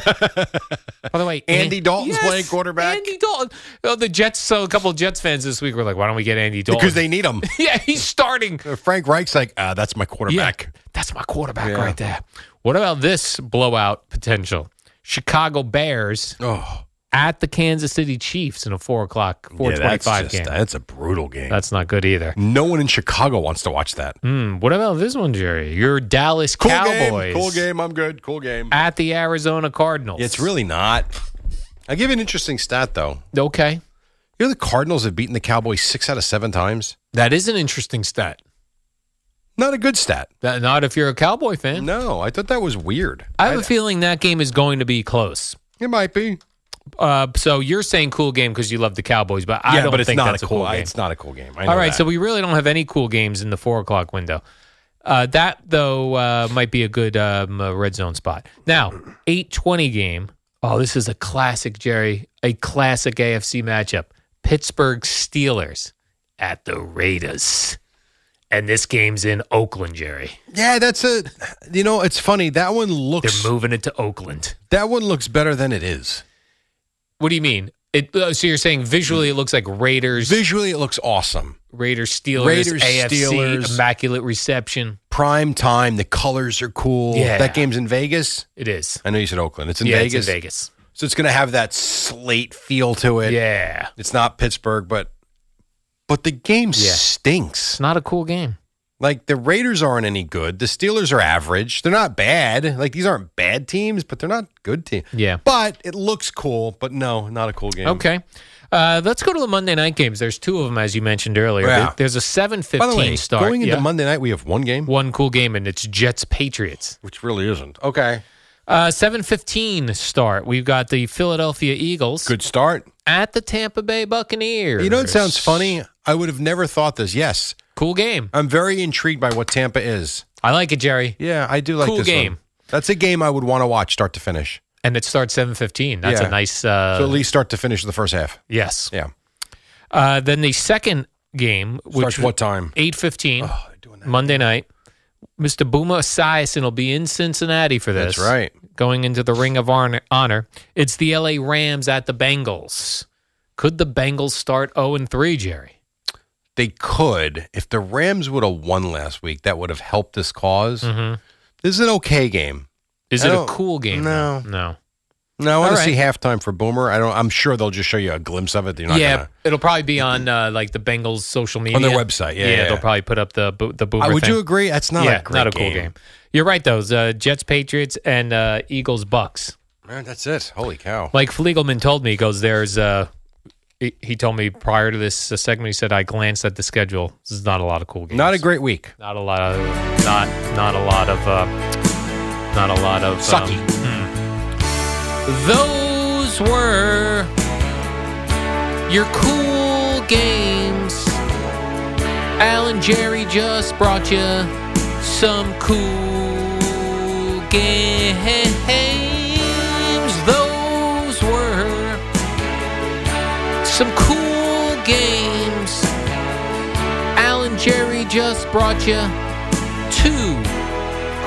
[SPEAKER 3] By the way,
[SPEAKER 2] Andy
[SPEAKER 3] An-
[SPEAKER 2] Dalton's
[SPEAKER 3] Yes,
[SPEAKER 2] playing quarterback.
[SPEAKER 3] Andy Dalton. Oh, the Jets. So a couple of Jets fans this week were like, "Why don't we get Andy Dalton?"
[SPEAKER 2] Because they need him.
[SPEAKER 3] yeah, he's starting.
[SPEAKER 2] Uh, Frank Reich's like, ah, that's my quarterback.
[SPEAKER 3] Yeah, that's my quarterback right there. What about this blowout potential? Chicago Bears
[SPEAKER 2] Oh,
[SPEAKER 3] at the Kansas City Chiefs in a four o'clock, four
[SPEAKER 2] yeah, that's
[SPEAKER 3] twenty-five
[SPEAKER 2] just-
[SPEAKER 3] game.
[SPEAKER 2] That's a brutal game.
[SPEAKER 3] That's not good either.
[SPEAKER 2] no one in Chicago wants to watch that.
[SPEAKER 3] Hmm, what about this one, Jerry? Your Dallas
[SPEAKER 2] Cool game.
[SPEAKER 3] Cowboys
[SPEAKER 2] Cool game. I'm good. Cool game.
[SPEAKER 3] at the Arizona Cardinals.
[SPEAKER 2] It's really not. I give you an interesting stat though.
[SPEAKER 3] okay.
[SPEAKER 2] You know the Cardinals have beaten the Cowboys six out of seven times.
[SPEAKER 3] That is an interesting stat.
[SPEAKER 2] Not a good stat.
[SPEAKER 3] That, not if you're a Cowboy fan.
[SPEAKER 2] No, I thought that was weird.
[SPEAKER 3] I have a feeling that game is going to be close.
[SPEAKER 2] It might be.
[SPEAKER 3] Uh, so you're saying cool game because you love the Cowboys, but I
[SPEAKER 2] yeah,
[SPEAKER 3] don't
[SPEAKER 2] but it's
[SPEAKER 3] think
[SPEAKER 2] not
[SPEAKER 3] that's
[SPEAKER 2] a cool.
[SPEAKER 3] game.
[SPEAKER 2] It's not a cool game. I know
[SPEAKER 3] All right,
[SPEAKER 2] that.
[SPEAKER 3] so we really don't have any cool games in the four o'clock window. Uh, that though uh, might be a good um, uh, red zone spot. Now eight twenty game. Oh, this is a classic, Jerry. A classic AFC matchup: Pittsburgh Steelers at the Raiders, and this game's in Oakland, Jerry.
[SPEAKER 2] Yeah, that's a. You know, it's funny. That one
[SPEAKER 3] They're
[SPEAKER 2] looks.
[SPEAKER 3] moving it to Oakland.
[SPEAKER 2] That one looks better than it is.
[SPEAKER 3] What do you mean? It, uh, so you're saying visually it looks like Raiders,
[SPEAKER 2] Visually, it looks awesome.
[SPEAKER 3] Raiders, Steelers,
[SPEAKER 2] Raiders,
[SPEAKER 3] AFC,
[SPEAKER 2] Steelers.
[SPEAKER 3] immaculate reception.
[SPEAKER 2] Prime time. The colors are cool.
[SPEAKER 3] Yeah.
[SPEAKER 2] That game's in Vegas.
[SPEAKER 3] It is.
[SPEAKER 2] I know you said Oakland. It's in
[SPEAKER 3] yeah,
[SPEAKER 2] Vegas.
[SPEAKER 3] it's in Vegas.
[SPEAKER 2] So it's going to have that slate feel to it.
[SPEAKER 3] yeah.
[SPEAKER 2] It's not Pittsburgh, but but the game
[SPEAKER 3] Yeah. It's
[SPEAKER 2] stinks.
[SPEAKER 3] not a cool game.
[SPEAKER 2] Like the Raiders aren't any good. The Steelers are average. They're not bad. Like these aren't bad teams, but they're not good teams.
[SPEAKER 3] Yeah.
[SPEAKER 2] But it looks cool. But no, not a cool game.
[SPEAKER 3] Okay. Uh, let's go to the Monday night games. There's two of them, as you mentioned earlier.
[SPEAKER 2] Yeah.
[SPEAKER 3] There- There's a 7:15
[SPEAKER 2] By the way,
[SPEAKER 3] start.
[SPEAKER 2] going into
[SPEAKER 3] Yeah.
[SPEAKER 2] Monday night, we have one game,
[SPEAKER 3] One cool game, and it's Jets Patriots.
[SPEAKER 2] which really isn't. Okay.
[SPEAKER 3] Uh, 7:15 start. We've got the Philadelphia Eagles
[SPEAKER 2] Good start.
[SPEAKER 3] at the Tampa Bay Buccaneers.
[SPEAKER 2] You know what sounds funny? I would have never thought this. Yes.
[SPEAKER 3] Cool game.
[SPEAKER 2] I'm very intrigued by what Tampa is.
[SPEAKER 3] I like it, Jerry.
[SPEAKER 2] Yeah, I do like
[SPEAKER 3] Cool
[SPEAKER 2] this
[SPEAKER 3] game.
[SPEAKER 2] one. That's a game I would want to watch start to finish.
[SPEAKER 3] And it starts 7:15. That's
[SPEAKER 2] Yeah.
[SPEAKER 3] a nice. Uh,
[SPEAKER 2] so at least start to finish the first half.
[SPEAKER 3] yes.
[SPEAKER 2] Yeah.
[SPEAKER 3] Uh, then the second game, which
[SPEAKER 2] Starts what time?
[SPEAKER 3] 8:15
[SPEAKER 2] Oh,
[SPEAKER 3] Monday night. Mr. Buma Esiason will be in Cincinnati for this.
[SPEAKER 2] That's right.
[SPEAKER 3] going into the Ring of Honor. honor. It's the LA Rams at the Bengals. Could the Bengals start 0 3, Jerry?
[SPEAKER 2] They could. If the Rams would have won last week, that would have helped this because
[SPEAKER 3] Mhm.
[SPEAKER 2] This is an okay game.
[SPEAKER 3] Is
[SPEAKER 2] I
[SPEAKER 3] it a
[SPEAKER 2] don't-
[SPEAKER 3] cool game?
[SPEAKER 2] Oh, No.
[SPEAKER 3] though? No.
[SPEAKER 2] No, I want
[SPEAKER 3] All
[SPEAKER 2] to
[SPEAKER 3] right.
[SPEAKER 2] see halftime for Boomer. I don't. I'm sure they'll just show you a glimpse of it. You're not
[SPEAKER 3] yeah,
[SPEAKER 2] gonna-
[SPEAKER 3] it'll probably be on uh, like the Bengals' social media
[SPEAKER 2] On their website, yeah, yeah,
[SPEAKER 3] they'll
[SPEAKER 2] yeah.
[SPEAKER 3] probably put up the bo- the boomer.
[SPEAKER 2] Uh, would
[SPEAKER 3] thing.
[SPEAKER 2] you agree? That's not
[SPEAKER 3] yeah,
[SPEAKER 2] a great
[SPEAKER 3] not a cool game. You're right though. It's, Uh, Jets, Patriots, and uh, Eagles, Bucks.
[SPEAKER 2] Man, that's it. Holy cow!
[SPEAKER 3] Like Fliegelman told me, he goes there's. Uh, he he told me prior to this uh, segment, he said I glanced at the schedule. This is not a lot of cool games.
[SPEAKER 2] Not a great week.
[SPEAKER 3] Not a lot of. Not not a lot of. Uh, not a lot of. um, hmm.
[SPEAKER 2] Sucky.
[SPEAKER 3] those were your cool games. Alan Jerry just brought you some cool games. Those were some cool games. Alan Jerry just brought you two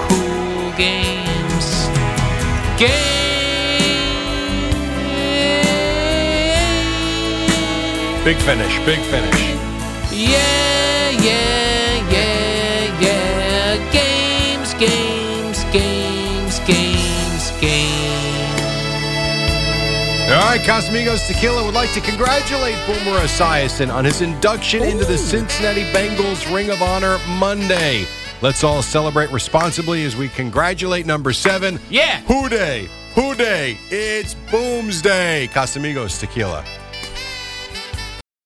[SPEAKER 3] cool games. Game.
[SPEAKER 2] Big finish. Big finish.
[SPEAKER 3] Yeah, yeah, yeah, yeah. Games, games, games, games, games.
[SPEAKER 2] All right, Cosmigos Tequila would like to congratulate Boomer Esiason on his induction into the Cincinnati Bengals Ring of Honor Monday. Let's all celebrate responsibly as we congratulate number seven.
[SPEAKER 3] Yeah.
[SPEAKER 2] Who day? Who day? It's Boom's Day. Casamigos Tequila.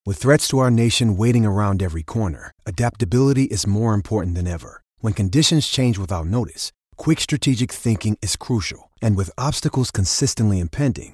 [SPEAKER 8] With threats to our nation waiting around every corner, adaptability is more important than ever. When conditions change without notice, quick strategic thinking is crucial, and with obstacles consistently impending,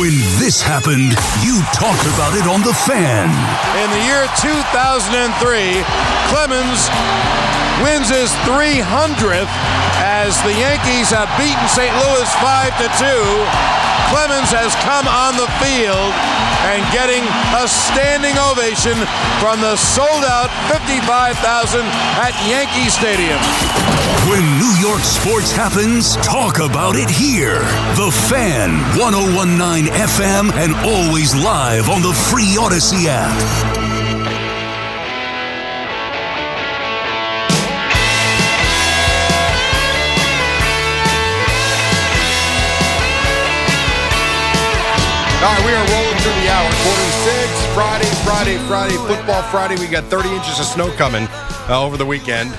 [SPEAKER 7] When this happened, you talked about it on The Fan.
[SPEAKER 2] In the year 2003, Clemens wins his 300th as the Yankees have beaten St. Louis 5 to 2. Clemens has come on the field and getting a standing ovation from the sold-out 55,000 at Yankee Stadium.
[SPEAKER 7] When New York sports happens, talk about it here. The Fan, 1019 FM, and always live on the free Odyssey app.
[SPEAKER 2] All right, we are rolling through the hour. Quarter to six, Friday, Friday, Friday, football Friday. We got 30 inches of snow coming uh, over the weekend.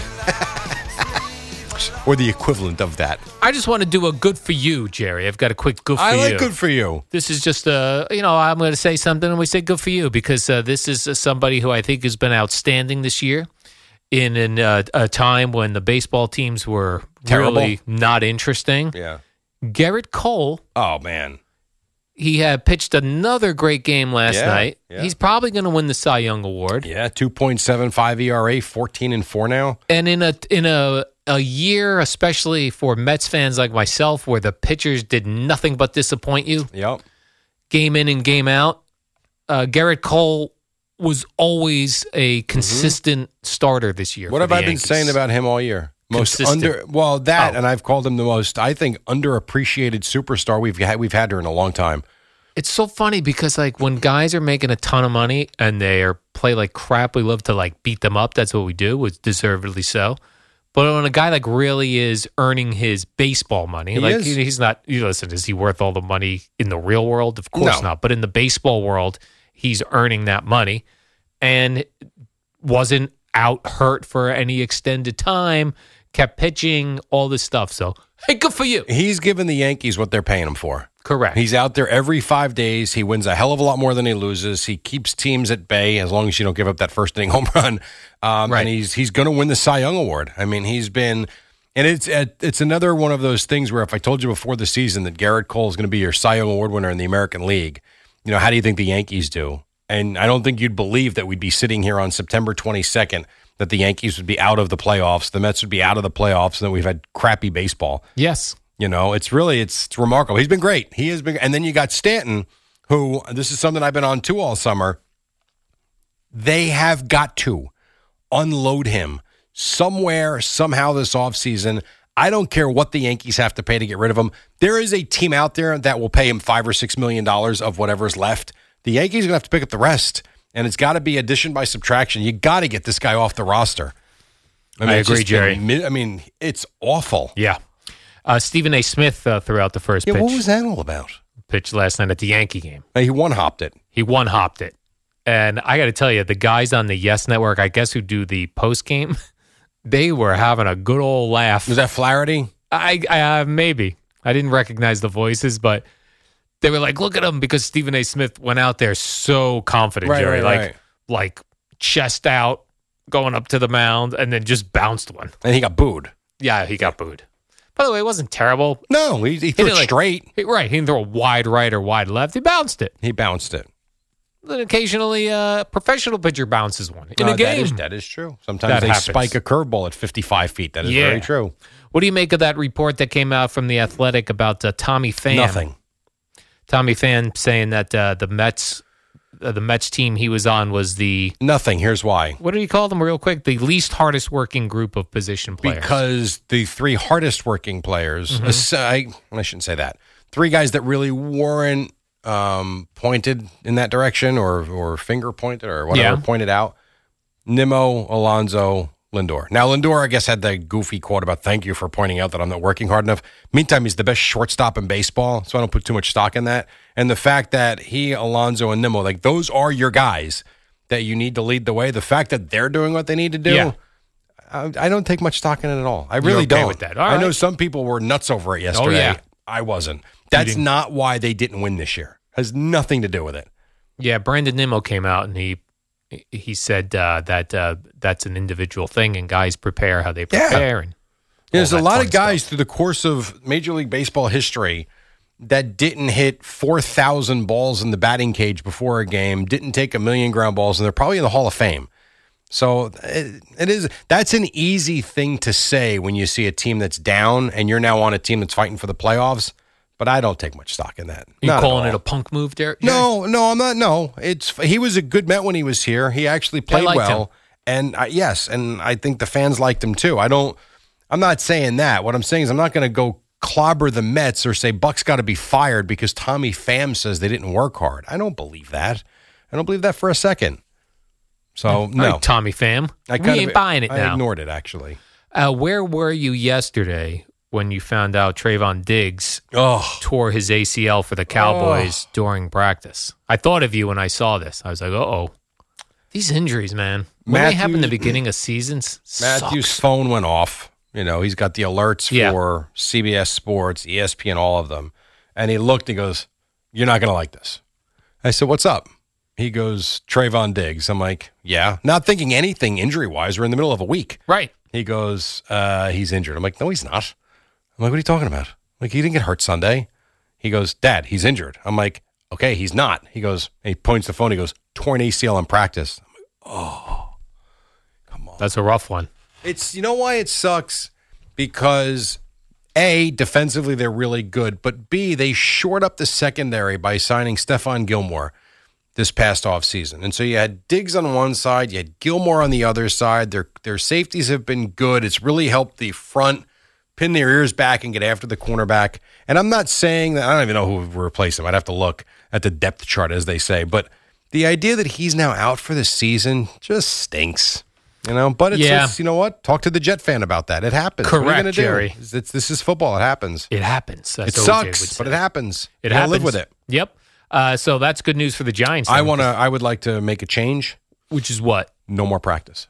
[SPEAKER 2] or the equivalent of that.
[SPEAKER 3] I just want to do a good for you, Jerry. I've got a quick good for
[SPEAKER 2] I
[SPEAKER 3] you.
[SPEAKER 2] like good for you.
[SPEAKER 3] this is just uh you know i'm going to say something and we say good for you because uh, this is uh, somebody who i think has been outstanding this year in an, uh, a time when the baseball teams were
[SPEAKER 2] Terrible.
[SPEAKER 3] really not interesting
[SPEAKER 2] Yeah.
[SPEAKER 3] garrett cole
[SPEAKER 2] Oh, man.
[SPEAKER 3] he had pitched another great game last
[SPEAKER 2] Yeah,
[SPEAKER 3] night
[SPEAKER 2] yeah.
[SPEAKER 3] he's probably going to win the cy young award
[SPEAKER 2] Yeah, 2.75 ERA, 14 and 4 now.
[SPEAKER 3] and in a in a a year especially for mets fans like myself where the pitchers did nothing but disappoint you
[SPEAKER 2] Yep.
[SPEAKER 3] game in and game out. Uh, Garrett Cole was always a consistent starter this year.
[SPEAKER 2] Mm-hmm. What have
[SPEAKER 3] for the
[SPEAKER 2] I been
[SPEAKER 3] Yankees.
[SPEAKER 2] saying about him all year? Most
[SPEAKER 3] Consistent.
[SPEAKER 2] under well that
[SPEAKER 3] Oh.
[SPEAKER 2] and I've called him the most I think underappreciated superstar we've had we've had her in a long time.
[SPEAKER 3] It's so funny because like when guys are making a ton of money and they are play like crap, we love to like beat them up. That's what we do, which deservedly so. But when a guy like really is earning his baseball money,
[SPEAKER 2] He
[SPEAKER 3] like
[SPEAKER 2] is.
[SPEAKER 3] he- he's not. You listen, is he worth all the money in the real world? Of course
[SPEAKER 2] No.
[SPEAKER 3] not. But in the baseball world, he's earning that money and wasn't out hurt for any extended time, kept pitching, all this stuff. So, hey, good for you.
[SPEAKER 2] He's giving the Yankees what they're paying him for.
[SPEAKER 3] Correct.
[SPEAKER 2] He's out there every five days. He wins a hell of a lot more than he loses. He keeps teams at bay as long as you don't give up that first inning home run. Um, And he's he's going to win the Cy Young award. I mean, he's been, and it's it's another one of those things where if I told you before the season that Garrett Cole is going to be your Cy Young award winner in the American League, you know, how do you think the Yankees do? And I don't think you'd believe that we'd be sitting here on September 22nd that the Yankees would be out of the playoffs, the Mets would be out of the playoffs, and that we've had crappy baseball.
[SPEAKER 3] Yes.
[SPEAKER 2] You know, it's really it's, it's remarkable. He's been great. He has been, and then you got Stanton, who this is something I've been on to all summer. They have got to unload him somewhere, somehow this offseason. I don't care what the Yankees have to pay to get rid of him. There is a team out there that will pay him five or six million dollars of whatever's left. The Yankees are gonna have to pick up the rest, and it's got to be addition by subtraction. You got to get this guy off the roster.
[SPEAKER 3] I
[SPEAKER 2] it's
[SPEAKER 3] agree,
[SPEAKER 2] just been
[SPEAKER 3] Jerry.
[SPEAKER 2] mi- I mean, it's awful.
[SPEAKER 3] Yeah. Uh, Stephen A. Smith uh, threw out the first
[SPEAKER 2] Yeah,
[SPEAKER 3] pitch.
[SPEAKER 2] what was that all about?
[SPEAKER 3] Pitch last night at the Yankee game.
[SPEAKER 2] He one hopped it.
[SPEAKER 3] He one hopped it. And I got to tell you, the guys on the Yes Network, I guess who do the post game, they were having a good old laugh.
[SPEAKER 2] Was that Flaherty?
[SPEAKER 3] I, I uh, maybe I didn't recognize the voices, but they were like, "Look at him," because Stephen A. Smith went out there so confident,
[SPEAKER 2] Right,
[SPEAKER 3] Jerry,
[SPEAKER 2] right,
[SPEAKER 3] like
[SPEAKER 2] right.
[SPEAKER 3] like chest out, going up to the mound, and then just bounced one.
[SPEAKER 2] And he got booed.
[SPEAKER 3] Yeah, he got booed. By the way, it wasn't terrible.
[SPEAKER 2] No, he, he threw it
[SPEAKER 3] didn't, like-
[SPEAKER 2] straight.
[SPEAKER 3] he- right, he didn't throw a wide right or wide left. He bounced it.
[SPEAKER 2] He bounced it.
[SPEAKER 3] Then occasionally, a professional pitcher bounces one in
[SPEAKER 2] Uh,
[SPEAKER 3] a game.
[SPEAKER 2] That is, that is true. Sometimes
[SPEAKER 3] That
[SPEAKER 2] they
[SPEAKER 3] happens.
[SPEAKER 2] spike a curveball at 55 feet. That is
[SPEAKER 3] Yeah.
[SPEAKER 2] very true.
[SPEAKER 3] What do you make of that report that came out from the Athletic about uh, Tommy Pham?
[SPEAKER 2] Nothing.
[SPEAKER 3] Tommy Pham saying that uh, the Mets, uh, the Mets team he was on was the
[SPEAKER 2] Nothing. Here's why.
[SPEAKER 3] what do you call them real quick? The least hardest working group of position players.
[SPEAKER 2] Because the three hardest working players, aside, I shouldn't say that, three guys that really weren't um, pointed in that direction or, or finger pointed or whatever
[SPEAKER 3] Yeah.
[SPEAKER 2] pointed out Nimmo, Alonso, Lindor. Now, Lindor, I guess, had the goofy quote about thank you for pointing out that I'm not working hard enough. Meantime, he's the best shortstop in baseball, so I don't put too much stock in that. And the fact that he, Alonso, and Nimmo, like those are your guys that you need to lead the way. The fact that they're doing what they need to do.
[SPEAKER 3] Yeah.
[SPEAKER 2] I I don't take much stock in it at all. I
[SPEAKER 3] You're
[SPEAKER 2] really
[SPEAKER 3] okay
[SPEAKER 2] don't.
[SPEAKER 3] with that. All
[SPEAKER 2] I know
[SPEAKER 3] right. Oh,
[SPEAKER 2] some people were nuts over it yesterday.
[SPEAKER 3] yeah.
[SPEAKER 2] I wasn't. That's
[SPEAKER 3] didn't-
[SPEAKER 2] not why they didn't win this year. Has nothing to do with it.
[SPEAKER 3] yeah, Brandon Nimmo came out and he he said uh, that uh, that's an individual thing and guys prepare how they
[SPEAKER 2] Yeah.
[SPEAKER 3] prepare and
[SPEAKER 2] There's
[SPEAKER 3] all
[SPEAKER 2] a
[SPEAKER 3] that
[SPEAKER 2] lot
[SPEAKER 3] fun
[SPEAKER 2] of guys through the course of Major League Baseball history that didn't hit 4,000 balls in the batting cage before a game, didn't take a million ground balls, and they're probably in the Hall of Fame. So it, it is that's an easy thing to say when you see a team that's down and you're now on a team that's fighting for the playoffs, but I don't take much stock in that.
[SPEAKER 3] you
[SPEAKER 2] Not at
[SPEAKER 3] calling
[SPEAKER 2] all.
[SPEAKER 3] it a punk move, Derek?
[SPEAKER 2] No, no, I'm not. No, it's he was a good Met when he was here. He actually played
[SPEAKER 3] liked
[SPEAKER 2] well,
[SPEAKER 3] him.
[SPEAKER 2] and I, yes, and I think the fans liked him too. I don't. I'm not saying that. What I'm saying is I'm not going to go clobber the Mets or say Buck's got to be fired because Tommy Pham says they didn't work hard. I don't believe that. I don't believe that for a second. So
[SPEAKER 3] All
[SPEAKER 2] no,
[SPEAKER 3] right, Tommy Pham.
[SPEAKER 2] I
[SPEAKER 3] we
[SPEAKER 2] kind
[SPEAKER 3] ain't
[SPEAKER 2] of,
[SPEAKER 3] buying it
[SPEAKER 2] I
[SPEAKER 3] now.
[SPEAKER 2] ignored it actually.
[SPEAKER 3] Uh, where were you yesterday when you found out Trayvon Diggs
[SPEAKER 2] Oh,
[SPEAKER 3] tore his ACL for the Cowboys during practice? I thought of you when I saw this. I was like, uh oh. These injuries, man. When they happen in the
[SPEAKER 2] Matthews-
[SPEAKER 3] beginning of seasons,
[SPEAKER 2] Matthew's
[SPEAKER 3] sucks.
[SPEAKER 2] phone went off. You know, he's got the alerts
[SPEAKER 3] Yeah.
[SPEAKER 2] for CBS Sports, E ESPN, all of them. And he looked and goes, You're not going to like this. I said, What's up? He goes, Trayvon Diggs. I'm like, Yeah. Not thinking anything injury wise. We're in the middle of a week.
[SPEAKER 3] Right.
[SPEAKER 2] He goes, uh, He's injured. I'm like, No, he's not. I'm like, What are you talking about? like, he didn't get hurt Sunday. He goes, Dad, he's injured. I'm like, Okay, he's not. He goes, and He points the phone. He goes, Torn ACL in practice.
[SPEAKER 3] That's a rough one.
[SPEAKER 2] It's you know why it sucks because a defensively they're really good, but b they shored up the secondary by signing Stefan Gilmore this past offseason. And so you had Diggs on one side, you had Gilmore on the other side. Their their safeties have been good. It's really helped the front pin their ears back and get after the cornerback. And I'm not saying that I don't even know who would replace him. I'd have to look at the depth chart as they say, but the idea that he's now out for the season just stinks. You know, but it's,
[SPEAKER 3] Yeah.
[SPEAKER 2] it's you know what? Talk to the Jet fan about that. It happens. What are you
[SPEAKER 3] Correct,
[SPEAKER 2] gonna do?
[SPEAKER 3] Jerry.
[SPEAKER 2] It's, it's- this is football. It happens.
[SPEAKER 3] It happens. That's
[SPEAKER 2] it
[SPEAKER 3] what OJ would
[SPEAKER 2] sucks,
[SPEAKER 3] say.
[SPEAKER 2] but it happens.
[SPEAKER 3] It
[SPEAKER 2] You gotta
[SPEAKER 3] happens.
[SPEAKER 2] Live with it.
[SPEAKER 3] Yep. Uh, so that's good news for the Giants.
[SPEAKER 2] I
[SPEAKER 3] then,
[SPEAKER 2] want to. I would like to make a change.
[SPEAKER 3] Which is what?
[SPEAKER 2] No more practice.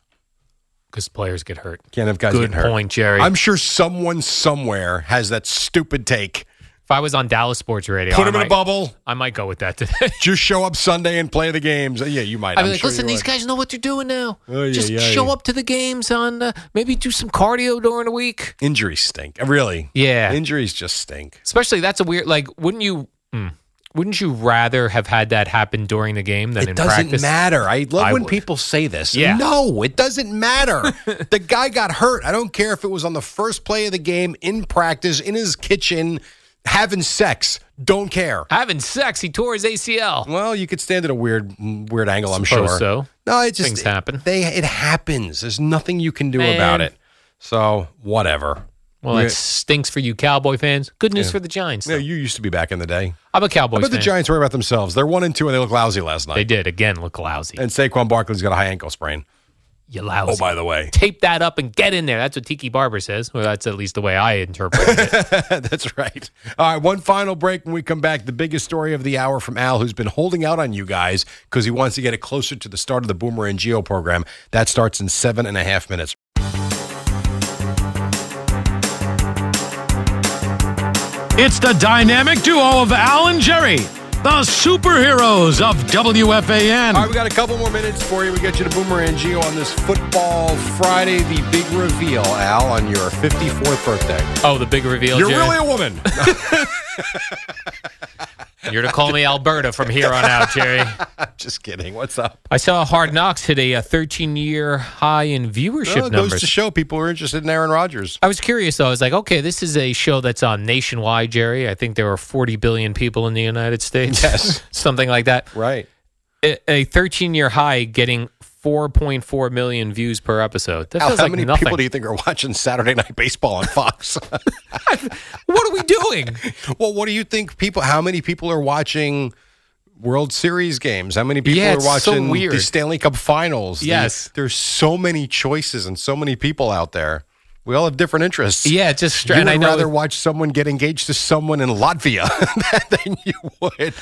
[SPEAKER 3] because players get hurt.
[SPEAKER 2] Can't have guys
[SPEAKER 3] Good
[SPEAKER 2] getting hurt.
[SPEAKER 3] point, Jerry.
[SPEAKER 2] I'm sure someone somewhere has that stupid take.
[SPEAKER 3] If I was on Dallas Sports Radio,
[SPEAKER 2] Put
[SPEAKER 3] I
[SPEAKER 2] him in a
[SPEAKER 3] might-
[SPEAKER 2] bubble.
[SPEAKER 3] I might go with that today.
[SPEAKER 2] Just show up Sunday and play the games. Yeah, you might.
[SPEAKER 3] I'd
[SPEAKER 2] I'm
[SPEAKER 3] be like,
[SPEAKER 2] sure
[SPEAKER 3] listen,
[SPEAKER 2] you
[SPEAKER 3] these
[SPEAKER 2] would.
[SPEAKER 3] guys know what they're doing now.
[SPEAKER 2] Oh, yeah,
[SPEAKER 3] Just
[SPEAKER 2] yeah,
[SPEAKER 3] show
[SPEAKER 2] yeah.
[SPEAKER 3] up to the games on, uh, maybe do some cardio during the week.
[SPEAKER 2] injuries stink. Really?
[SPEAKER 3] Yeah.
[SPEAKER 2] injuries just stink.
[SPEAKER 3] Especially that's a weird. Like, wouldn't you?
[SPEAKER 2] Hmm.
[SPEAKER 3] mm, wouldn't you rather have had that happen during the game than
[SPEAKER 2] it
[SPEAKER 3] in
[SPEAKER 2] doesn't
[SPEAKER 3] practice?
[SPEAKER 2] matter. I love when
[SPEAKER 3] would.
[SPEAKER 2] people say this.
[SPEAKER 3] Yeah.
[SPEAKER 2] No, it doesn't matter. the guy got hurt. I don't care if it was on the first play of the game, in practice, in his kitchen, having sex. Don't care.
[SPEAKER 3] Having sex, he tore his ACL.
[SPEAKER 2] Well, you could stand at a weird, weird angle. I'm
[SPEAKER 3] Suppose
[SPEAKER 2] sure.
[SPEAKER 3] so.
[SPEAKER 2] No, it just
[SPEAKER 3] Things happen.
[SPEAKER 2] They it happens. There's nothing you can do
[SPEAKER 3] Man.
[SPEAKER 2] about it. So whatever.
[SPEAKER 3] Well,
[SPEAKER 2] Yeah.
[SPEAKER 3] that stinks for you Cowboy fans. Good news
[SPEAKER 2] Yeah.
[SPEAKER 3] for the Giants.
[SPEAKER 2] Yeah,
[SPEAKER 3] though.
[SPEAKER 2] you used to be back in the day.
[SPEAKER 3] I'm a Cowboys
[SPEAKER 2] I bet the
[SPEAKER 3] fan.
[SPEAKER 2] Giants worry about themselves. They're one and two, and they look lousy last night.
[SPEAKER 3] They did again. Look lousy.
[SPEAKER 2] And Saquon Barkley's got a high ankle sprain.
[SPEAKER 3] You lousy.
[SPEAKER 2] Oh, by the way,
[SPEAKER 3] Tape that up and get in there. That's what Tiki Barber says. Well, that's at least the way I interpret it.
[SPEAKER 2] That's right. All right, one final break. When we come back, the biggest story of the hour from Al, who's been holding out on you guys because he wants to get it closer to the start of the Boomer and Geo program. That starts in seven and a half minutes.
[SPEAKER 1] It's the dynamic duo of Al and Jerry, the superheroes of WFAN.
[SPEAKER 2] All right, we got a couple more minutes for you. We get you to Boomer and Geo on this Football Friday, the big reveal, Al, on your 54th birthday.
[SPEAKER 3] Oh, the big reveal.
[SPEAKER 2] You're
[SPEAKER 3] Jared.
[SPEAKER 2] really a woman.
[SPEAKER 3] You're to call me Alberta from here on out, Jerry.
[SPEAKER 2] Just kidding. What's up?
[SPEAKER 3] I saw Hard Knocks hit a 13 year high in viewership
[SPEAKER 2] Well, it goes
[SPEAKER 3] numbers.
[SPEAKER 2] to show people are interested in Aaron Rodgers.
[SPEAKER 3] I was curious though. I was like, okay, this is a show that's on nationwide, Jerry. I think there are 40 billion people in the United States.
[SPEAKER 2] Yes.
[SPEAKER 3] Something like that.
[SPEAKER 2] Right.
[SPEAKER 3] A- A 13 year high getting 4.4 million views per episode. That
[SPEAKER 2] Al,
[SPEAKER 3] feels
[SPEAKER 2] how
[SPEAKER 3] like
[SPEAKER 2] many
[SPEAKER 3] nothing.
[SPEAKER 2] people do you think are watching Saturday Night Baseball on Fox?
[SPEAKER 3] what are we doing?
[SPEAKER 2] Well, what do you think people? How many people are watching World Series games? How many people
[SPEAKER 3] Yeah,
[SPEAKER 2] are
[SPEAKER 3] it's so
[SPEAKER 2] watching the
[SPEAKER 3] weird.
[SPEAKER 2] Stanley Cup Finals? The-
[SPEAKER 3] Yes.
[SPEAKER 2] there's so many choices and so many people out there. We all have different interests.
[SPEAKER 3] yeah, it's just
[SPEAKER 2] You
[SPEAKER 3] strange.
[SPEAKER 2] would
[SPEAKER 3] I know.
[SPEAKER 2] rather watch someone get engaged to someone in Latvia than you would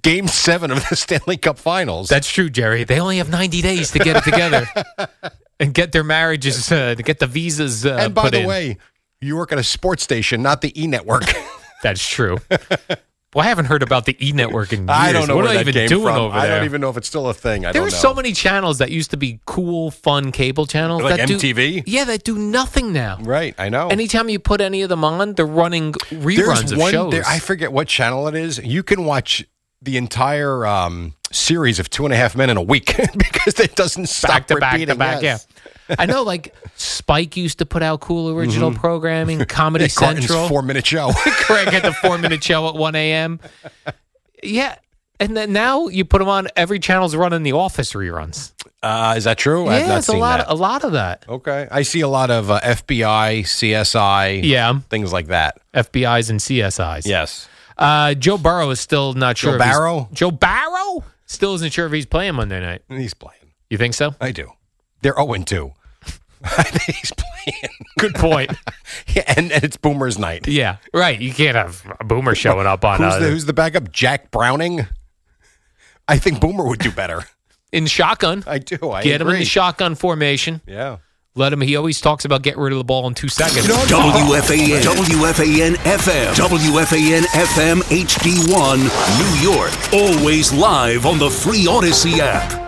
[SPEAKER 2] Game Seven of the Stanley Cup Finals.
[SPEAKER 3] That's true, Jerry. They only have 90 days to get it together and get their marriages, uh, to get the visas. Uh,
[SPEAKER 2] and by
[SPEAKER 3] put
[SPEAKER 2] the
[SPEAKER 3] in.
[SPEAKER 2] way, you work at a sports station, not the E Network.
[SPEAKER 3] that's true. well, I haven't heard about the E Network in years.
[SPEAKER 2] I don't know
[SPEAKER 3] what
[SPEAKER 2] where
[SPEAKER 3] are they
[SPEAKER 2] that
[SPEAKER 3] even
[SPEAKER 2] came
[SPEAKER 3] doing
[SPEAKER 2] from.
[SPEAKER 3] over
[SPEAKER 2] I
[SPEAKER 3] there.
[SPEAKER 2] don't even know if it's still a thing. I
[SPEAKER 3] there
[SPEAKER 2] don't
[SPEAKER 3] are
[SPEAKER 2] know.
[SPEAKER 3] so many channels that used to be cool, fun cable channels
[SPEAKER 2] Like
[SPEAKER 3] that do-
[SPEAKER 2] MTV?
[SPEAKER 3] yeah, that do nothing now.
[SPEAKER 2] Right, I know.
[SPEAKER 3] Anytime you put any of them on, they're running reruns
[SPEAKER 2] There's
[SPEAKER 3] of
[SPEAKER 2] one,
[SPEAKER 3] shows.
[SPEAKER 2] There, I forget what channel it is. You can watch the entire um, series of Two and a Half Men in a week because it doesn't stop
[SPEAKER 3] back to back
[SPEAKER 2] repeating.
[SPEAKER 3] to back.
[SPEAKER 2] yes. Mm-hmm.
[SPEAKER 3] Yeah, I know. Like Spike used to put out cool original programming. Comedy
[SPEAKER 2] Carton's
[SPEAKER 3] Central.
[SPEAKER 2] four-minute show.
[SPEAKER 3] Craig had the four minute show at 1 a.m. Yeah. And then now you put them on, every channel's running the office reruns.
[SPEAKER 2] uh, is that true? I've
[SPEAKER 3] yeah,
[SPEAKER 2] not
[SPEAKER 3] it's a
[SPEAKER 2] seen
[SPEAKER 3] lot,
[SPEAKER 2] that. Oh.
[SPEAKER 3] a lot of uh, that.
[SPEAKER 2] okay, I see a lot of uh, FBI, CSI,
[SPEAKER 3] Yeah. um,
[SPEAKER 2] things like that.
[SPEAKER 3] FBI's and CSIs.
[SPEAKER 2] Yes,
[SPEAKER 3] Uh, Joe Burrow is still not
[SPEAKER 2] Joe
[SPEAKER 3] sure. if he's-
[SPEAKER 2] Barrow?
[SPEAKER 3] Joe Barrow? Still isn't sure if he's playing Monday night.
[SPEAKER 2] he's playing.
[SPEAKER 3] You think so?
[SPEAKER 2] I do. They're zero and two. he's playing,
[SPEAKER 3] Good point.
[SPEAKER 2] Yeah, and, and it's Boomer's night.
[SPEAKER 3] yeah. Right. You can't have a boomer showing up on
[SPEAKER 2] Who's
[SPEAKER 3] uh,
[SPEAKER 2] the, who's the backup? Jack Browning. I think Boomer would do better.
[SPEAKER 3] in shotgun.
[SPEAKER 2] I do. I
[SPEAKER 3] Get him in
[SPEAKER 2] agree.
[SPEAKER 3] the shotgun formation.
[SPEAKER 2] Yeah.
[SPEAKER 3] Let him. He always talks about getting rid of the ball in two seconds.
[SPEAKER 7] WFAN, WFAN FM, WFAN FM HD1, New York. Always live on the free Odyssey app.